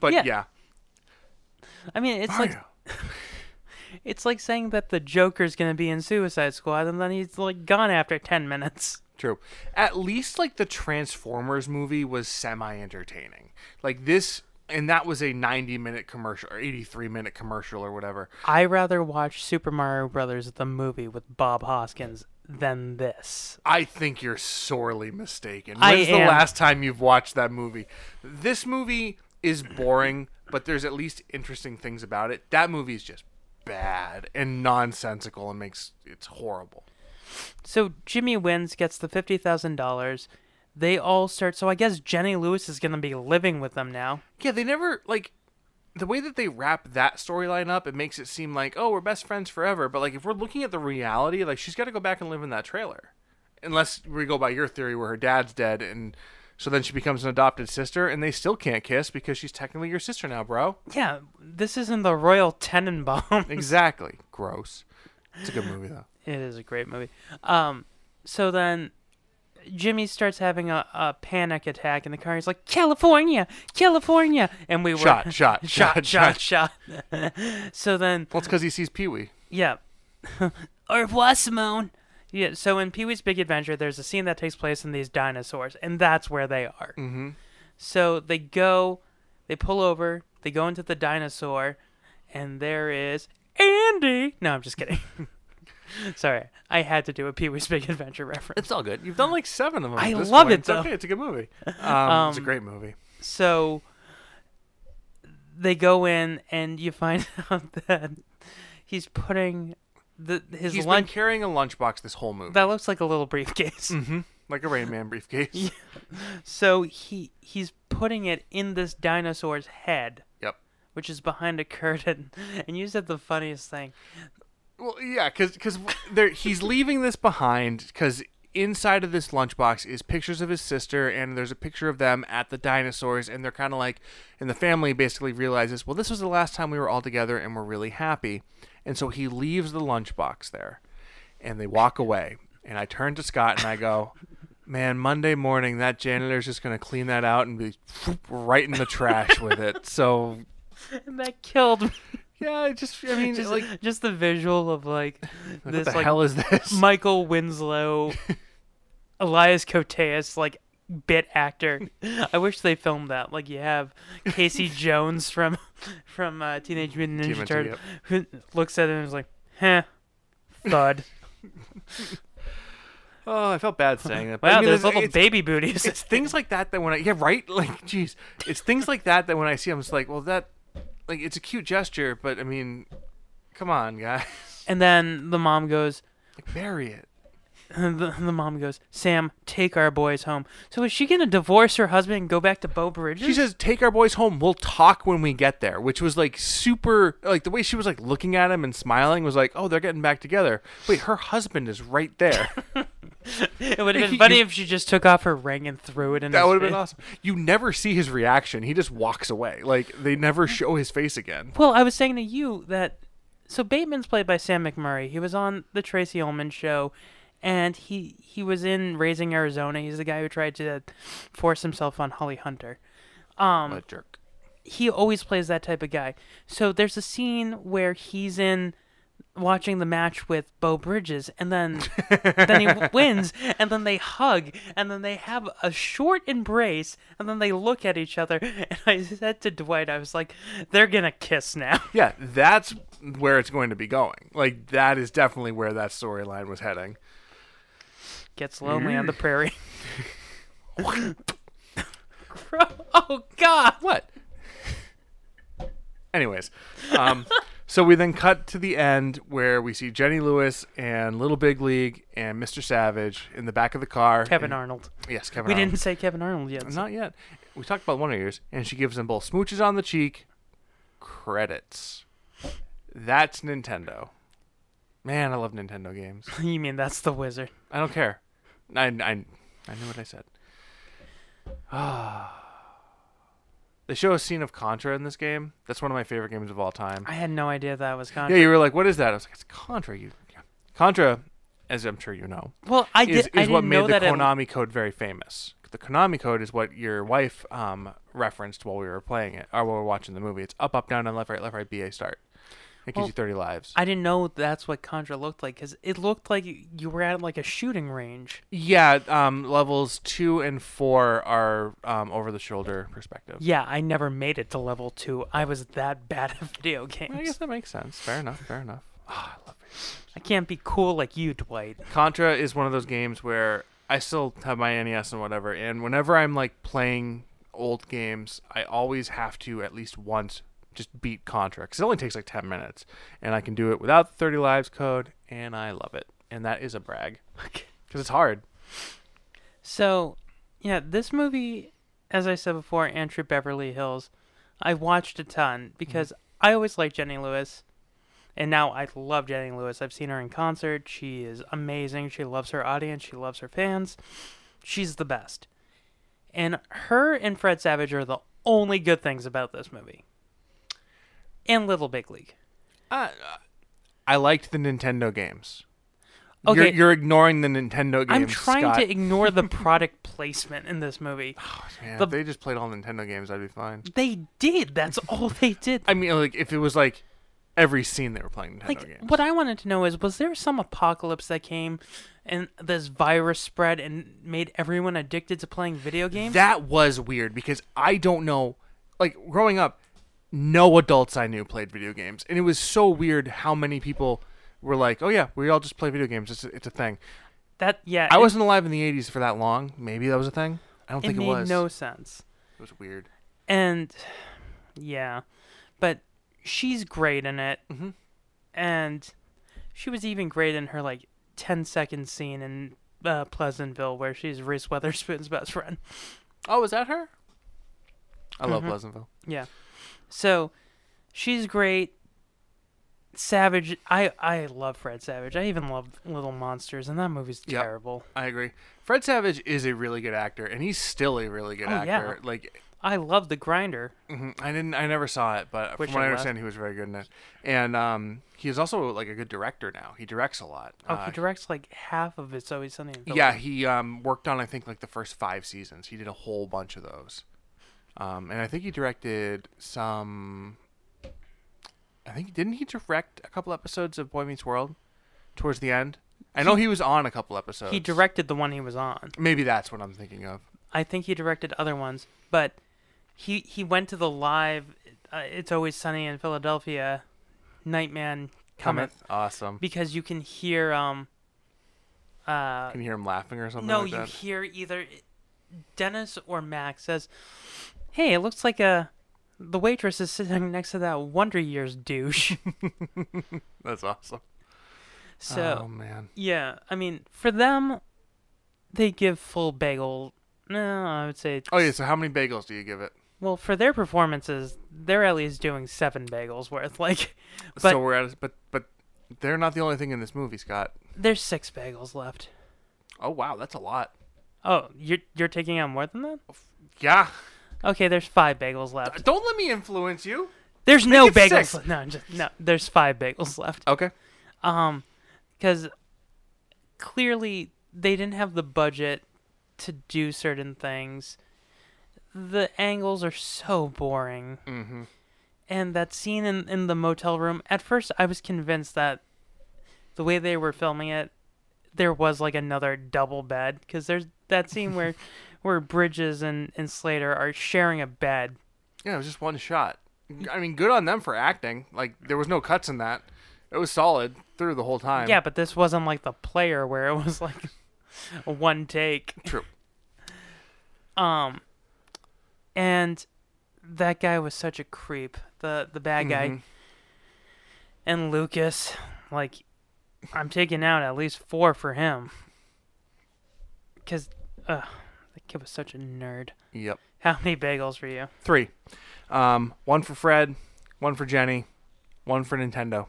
But
Yeah.
yeah, Oh,
I mean, it's like
Mario.
it's like saying that the Joker's gonna be in Suicide Squad and then he's like gone after ten minutes.
true. At least like the Transformers movie was semi entertaining. Like this, and that was a ninety minute commercial or eighty three minute commercial or whatever.
I rather watch Super Mario Brothers the movie with Bob Hoskins than this.
I think you're sorely mistaken.
I
When's the
am.
last time you've watched that movie? This movie is boring, but there's at least interesting things about it. That movie is just bad and nonsensical and makes it's horrible.
So Jimmy wins, gets the fifty thousand dollars. They all start. So I guess Jenny Lewis is gonna be living with them now.
Yeah, they never like the way that they wrap that storyline up. It makes it seem like oh, we're best friends forever. But like, if we're looking at the reality, like she's got to go back and live in that trailer, unless we go by your theory where her dad's dead, and so then she becomes an adopted sister, and they still can't kiss because she's technically your sister now, bro.
Yeah, this isn't the Royal Tenenbaum.
Exactly. Gross. It's a good movie though.
It is a great movie. Um, so then Jimmy starts having a, a panic attack in the car. He's like, California, California. And we were
Shot, shot,
shot,
shot,
shot, shot. so then,
Well, it's because he sees Pee Wee.
yeah. Au revoir, Simone. Yeah, so in Pee Wee's Big Adventure, there's a scene that takes place in these dinosaurs, and that's where they are. Mm-hmm. So they go, they pull over, they go into the dinosaur, and there is Andy. No, I'm just kidding. Sorry, I had to do a Pee Wee's Big Adventure reference.
It's all good. You've done like seven of them.
I
at this
love
point.
it,
It's
though.
okay. It's a good movie. Um, it's a great movie.
So they go in, and you find out that he's putting the his
He's been
lunch.
carrying a lunchbox this whole movie,
that looks like a little briefcase.
like a Rain Man briefcase.
So he he's putting it in this dinosaur's head,
Yep.
which is behind a curtain. And you said the funniest thing.
Well, yeah, because there he's leaving this behind because inside of this lunchbox is pictures of his sister and there's a picture of them at the dinosaurs and they're kind of like and the family basically realizes well this was the last time we were all together and we're really happy and so he leaves the lunchbox there and they walk away and I turn to Scott and I go. Man, Monday morning, that janitor's just gonna clean that out and be right in the trash with it. So,
And that killed me.
yeah, it just I mean,
Just,
like,
just the visual of like
what
this
the
like
hell is this?
Michael Winslow, Elias Koteas like bit actor. I wish they filmed that. Like you have Casey Jones from from uh, Teenage Mutant Ninja
Mutant,
Turtles
yep.
who looks at it and is like, "Huh, thud."
Oh, I felt bad saying that. but I
Wow,
mean,
there's
it's-
little
it's-
baby booties.
It's things like that that when I yeah right like jeez, it's things like that that when I see I'm just like well that like it's a cute gesture but I mean, come on guys,
and then the mom goes,
like, bury it.
the, the mom goes, Sam, take our boys home. So is she gonna divorce her husband and go back to Bo Bridges?
She says, "Take our boys home. We'll talk when we get there," which was like super. Like the way she was like looking at him and smiling was like, "Oh, they're getting back together." Wait, her husband is right there.
it would have been funny if she just took off her ring and threw it in.
that
his
would have been
face.
awesome. You never see his reaction. He just walks away. Like they never show his face again.
Well, I was saying to you that so Bateman's played by Sam McMurray. He was on the Tracy Ullman show, and he he was in Raising Arizona. He's the guy who tried to force himself on Holly Hunter.
what a jerk.
He always plays that type of guy. So there's a scene where he's in watching the match with Bo Bridges, and then then he wins, and then they hug, and then they have a short embrace, and then they look at each other. And I said to Dwight, I was like, "They're gonna kiss now."
Yeah, that's where it's going to be going. Like that is definitely where that storyline was heading.
Gets lonely on the prairie. Gro- oh God!
What? Anyways, um, so we then cut to the end where we see Jenny Lewis and Little Big League and Mr. Savage in the back of the car.
Kevin
And-
Arnold.
Yes, Kevin
We
Arnold.
didn't say Kevin Arnold yet.
Not yet. We talked about one of yours, and she gives them both smooches on the cheek. Credits. That's Nintendo. Man, I love Nintendo games.
you mean that's the wizard?
I don't care. I, I, I knew what I said. they show a scene of Contra in this game. That's one of my favorite games of all time.
I had no idea that was Contra.
Yeah, you were like, "What is that?" I was like, "It's Contra." You, yeah. Contra, as I'm sure you know,
well, I did.
is,
I
is
didn't
what made
know
the
that it-
Konami code very famous. The Konami code is what your wife um, referenced while we were playing it, or while we were watching the movie. It's up, up, down, down, left, right, left, right, B, A, start. It gives
Well,
you 30 lives.
I didn't know that's what Contra looked like because it looked like you you were at like a shooting range.
yeah, um, levels two and four are um, over the shoulder perspective.
Yeah, I never made it to level two. I was that bad at video
I guess
games.
that makes sense. Fair enough. Fair enough. Ah, I love it.
I can't be cool like you, Dwight.
Contra is one of those games where I still have my NES and whatever, and whenever I'm like playing old games, I always have to at least once just beat Contra because it only takes like 10 minutes, and I can do it without the 30 lives code, and I love it. And that is a brag because it's hard.
So, yeah, this movie, as I said before, Andrew Beverly Hills, I watched a ton because I always liked Jenny Lewis. And now I love Jenny Lewis. I've seen her in concert. She is amazing. She loves her audience. She loves her fans. She's the best. And her and Fred Savage are the only good things about this movie. And Little Big League.
I liked the Nintendo games.
Okay,
You're, you're ignoring the Nintendo games.
I'm trying
Scott.
to ignore the product placement in this movie.
Man,
the-
if they just played all Nintendo games, I'd be fine.
They did. That's all they did.
I mean, like if it was like every scene they were playing Nintendo
like
games.
what i wanted to know is was there some apocalypse that came and this virus spread and made everyone addicted to playing video games
That was weird because I don't know. Like growing up, no adults I knew played video games, and it was so weird how many people were like, "Oh yeah, we all just play video games. It's a, it's a thing."
that yeah
I
it-
wasn't alive in the '80s for that long. Maybe that was a thing. I don't
it,
think it
made
was.
no sense
It was weird.
and yeah but she's great in it mm-hmm. and she was even great in her like 10 second scene in uh, pleasantville where she's reese witherspoon's best friend
Oh, was that her? I love
Mm-hmm.
Pleasantville.
Yeah. So she's great. Savage I I love Fred Savage. I even love Little Monsters and that movie's
Yep.
terrible.
I agree. Fred Savage is a really good actor, and he's still a really good
Oh, yeah.
actor. Like
I love The Grinder.
I didn't. I never saw it, but
Wish
from what
I
I
was.
understand, he was very good in it. And um, he's also like a good director now. He directs a lot.
Oh,
Uh,
he directs like half of It's Always Sunny. in
yeah,
Philadelphia.
he um, worked on I think like the first five seasons. He did a whole bunch of those, um, and I think he directed some. I think didn't he direct a couple episodes of Boy Meets World towards the end? I know he, was on a couple episodes.
He directed the one he was on.
Maybe that's what I'm thinking of.
I think he directed other ones, but he he went to the live uh, It's Always Sunny in Philadelphia Nightman Cometh
Awesome.
because you can hear um uh,
Can you hear him laughing or something
no,
like
you
that?
hear either Dennis or Max says, "Hey, it looks like uh the waitress is sitting next to that Wonder Years douche."
That's awesome.
so
Oh man.
yeah, I mean, for them, they give full bagel. No, I would say.
Oh yeah. So how many bagels do you give it?
Well, for their performances, they're at least doing seven bagels worth. Like, but
so we're at but but they're not the only thing in this movie, Scott.
there's six bagels left.
Oh wow, that's a lot.
Oh, you're you're taking out more than that?
Yeah.
Okay, there's five bagels left.
Uh, Don't let me influence you.
There's no
it
bagels.
six.
No, I'm just, no, there's five bagels left.
Okay.
because clearly they didn't have the budget to do certain things. The angles are so boring. Mm-hmm. And that scene in, in the motel room, at first I was convinced that the way they were filming it, there was like another double bed. Because there's that scene where, where Bridges and, and Slater are sharing a bed.
Yeah, it was just one shot. I mean, good on them for acting. Like there was no cuts in that. It was solid through the whole time.
Yeah, but this wasn't like the player where it was like a one take.
True.
Um, and that guy was such a creep. The the bad
Mm-hmm.
guy. And Lucas, like, I'm taking out at least four for him. Cause, uh, that kid was such a nerd.
Yep.
How many bagels for you?
Three. Um, one for Fred, one for Jenny, one for Nintendo.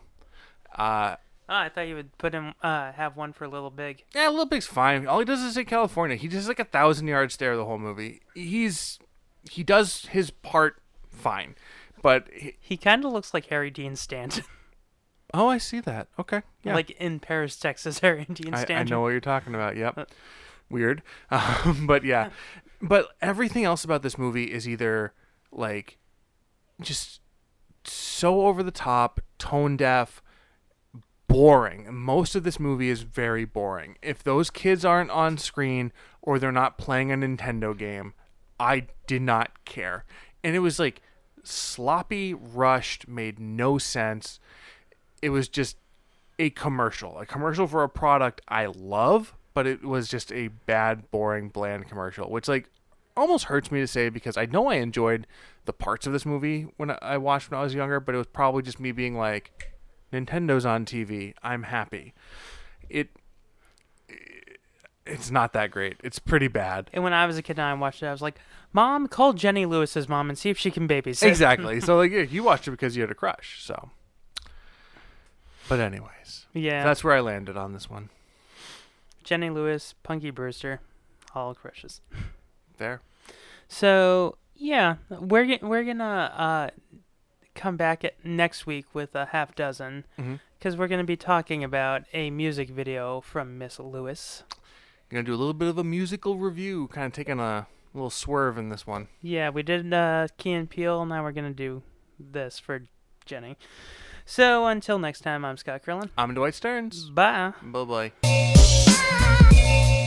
Uh,
Oh, I thought you would put him. Uh, have one for Little Big.
yeah, Lil Big's fine. All he does is say California. He does like a thousand yard stare the whole movie. He's he does his part fine, but he,
He kind of looks like Harry Dean Stanton,
oh, I see that. Okay, yeah,
like in Paris, Texas. Harry Dean
I,
Stanton.
I know what you're talking about. Yep. Weird. Um, but yeah. But everything else about this movie is either like just so over the top, tone deaf, boring. Most of this movie is very boring. If those kids aren't on screen or they're not playing a Nintendo game, I did not care. And it was like sloppy, rushed, made no sense. It was just a commercial, a commercial for a product I love, but it was just a bad, boring, bland commercial, which like almost hurts me to say because I know I enjoyed the parts of this movie when I- I watched when I was younger, but it was probably just me being like, Nintendo's on TV, I'm happy. It it's not that great. It's pretty bad.
And when I was a kid and I watched it, I was like, "Mom, call Jenny Lewis's mom and see if she can babysit."
Exactly. so like yeah, you watched it because you had a crush, so. But anyways,
Yeah.
that's where I landed on this one.
Jenny Lewis, Punky Brewster, all crushes.
There.
So yeah, we're g- we're gonna uh, come back at next week with a half dozen because we're gonna be talking about a music video from Miss Lewis.
gonna do a little bit of a musical review, kind of taking a little swerve in this one.
Yeah, we did uh, Key and Peele. Now we're gonna do this for Jenny. So until next time, I'm Scott Krillin.
I'm Dwight Stearns.
Bye.
Bye bye.
Thank you.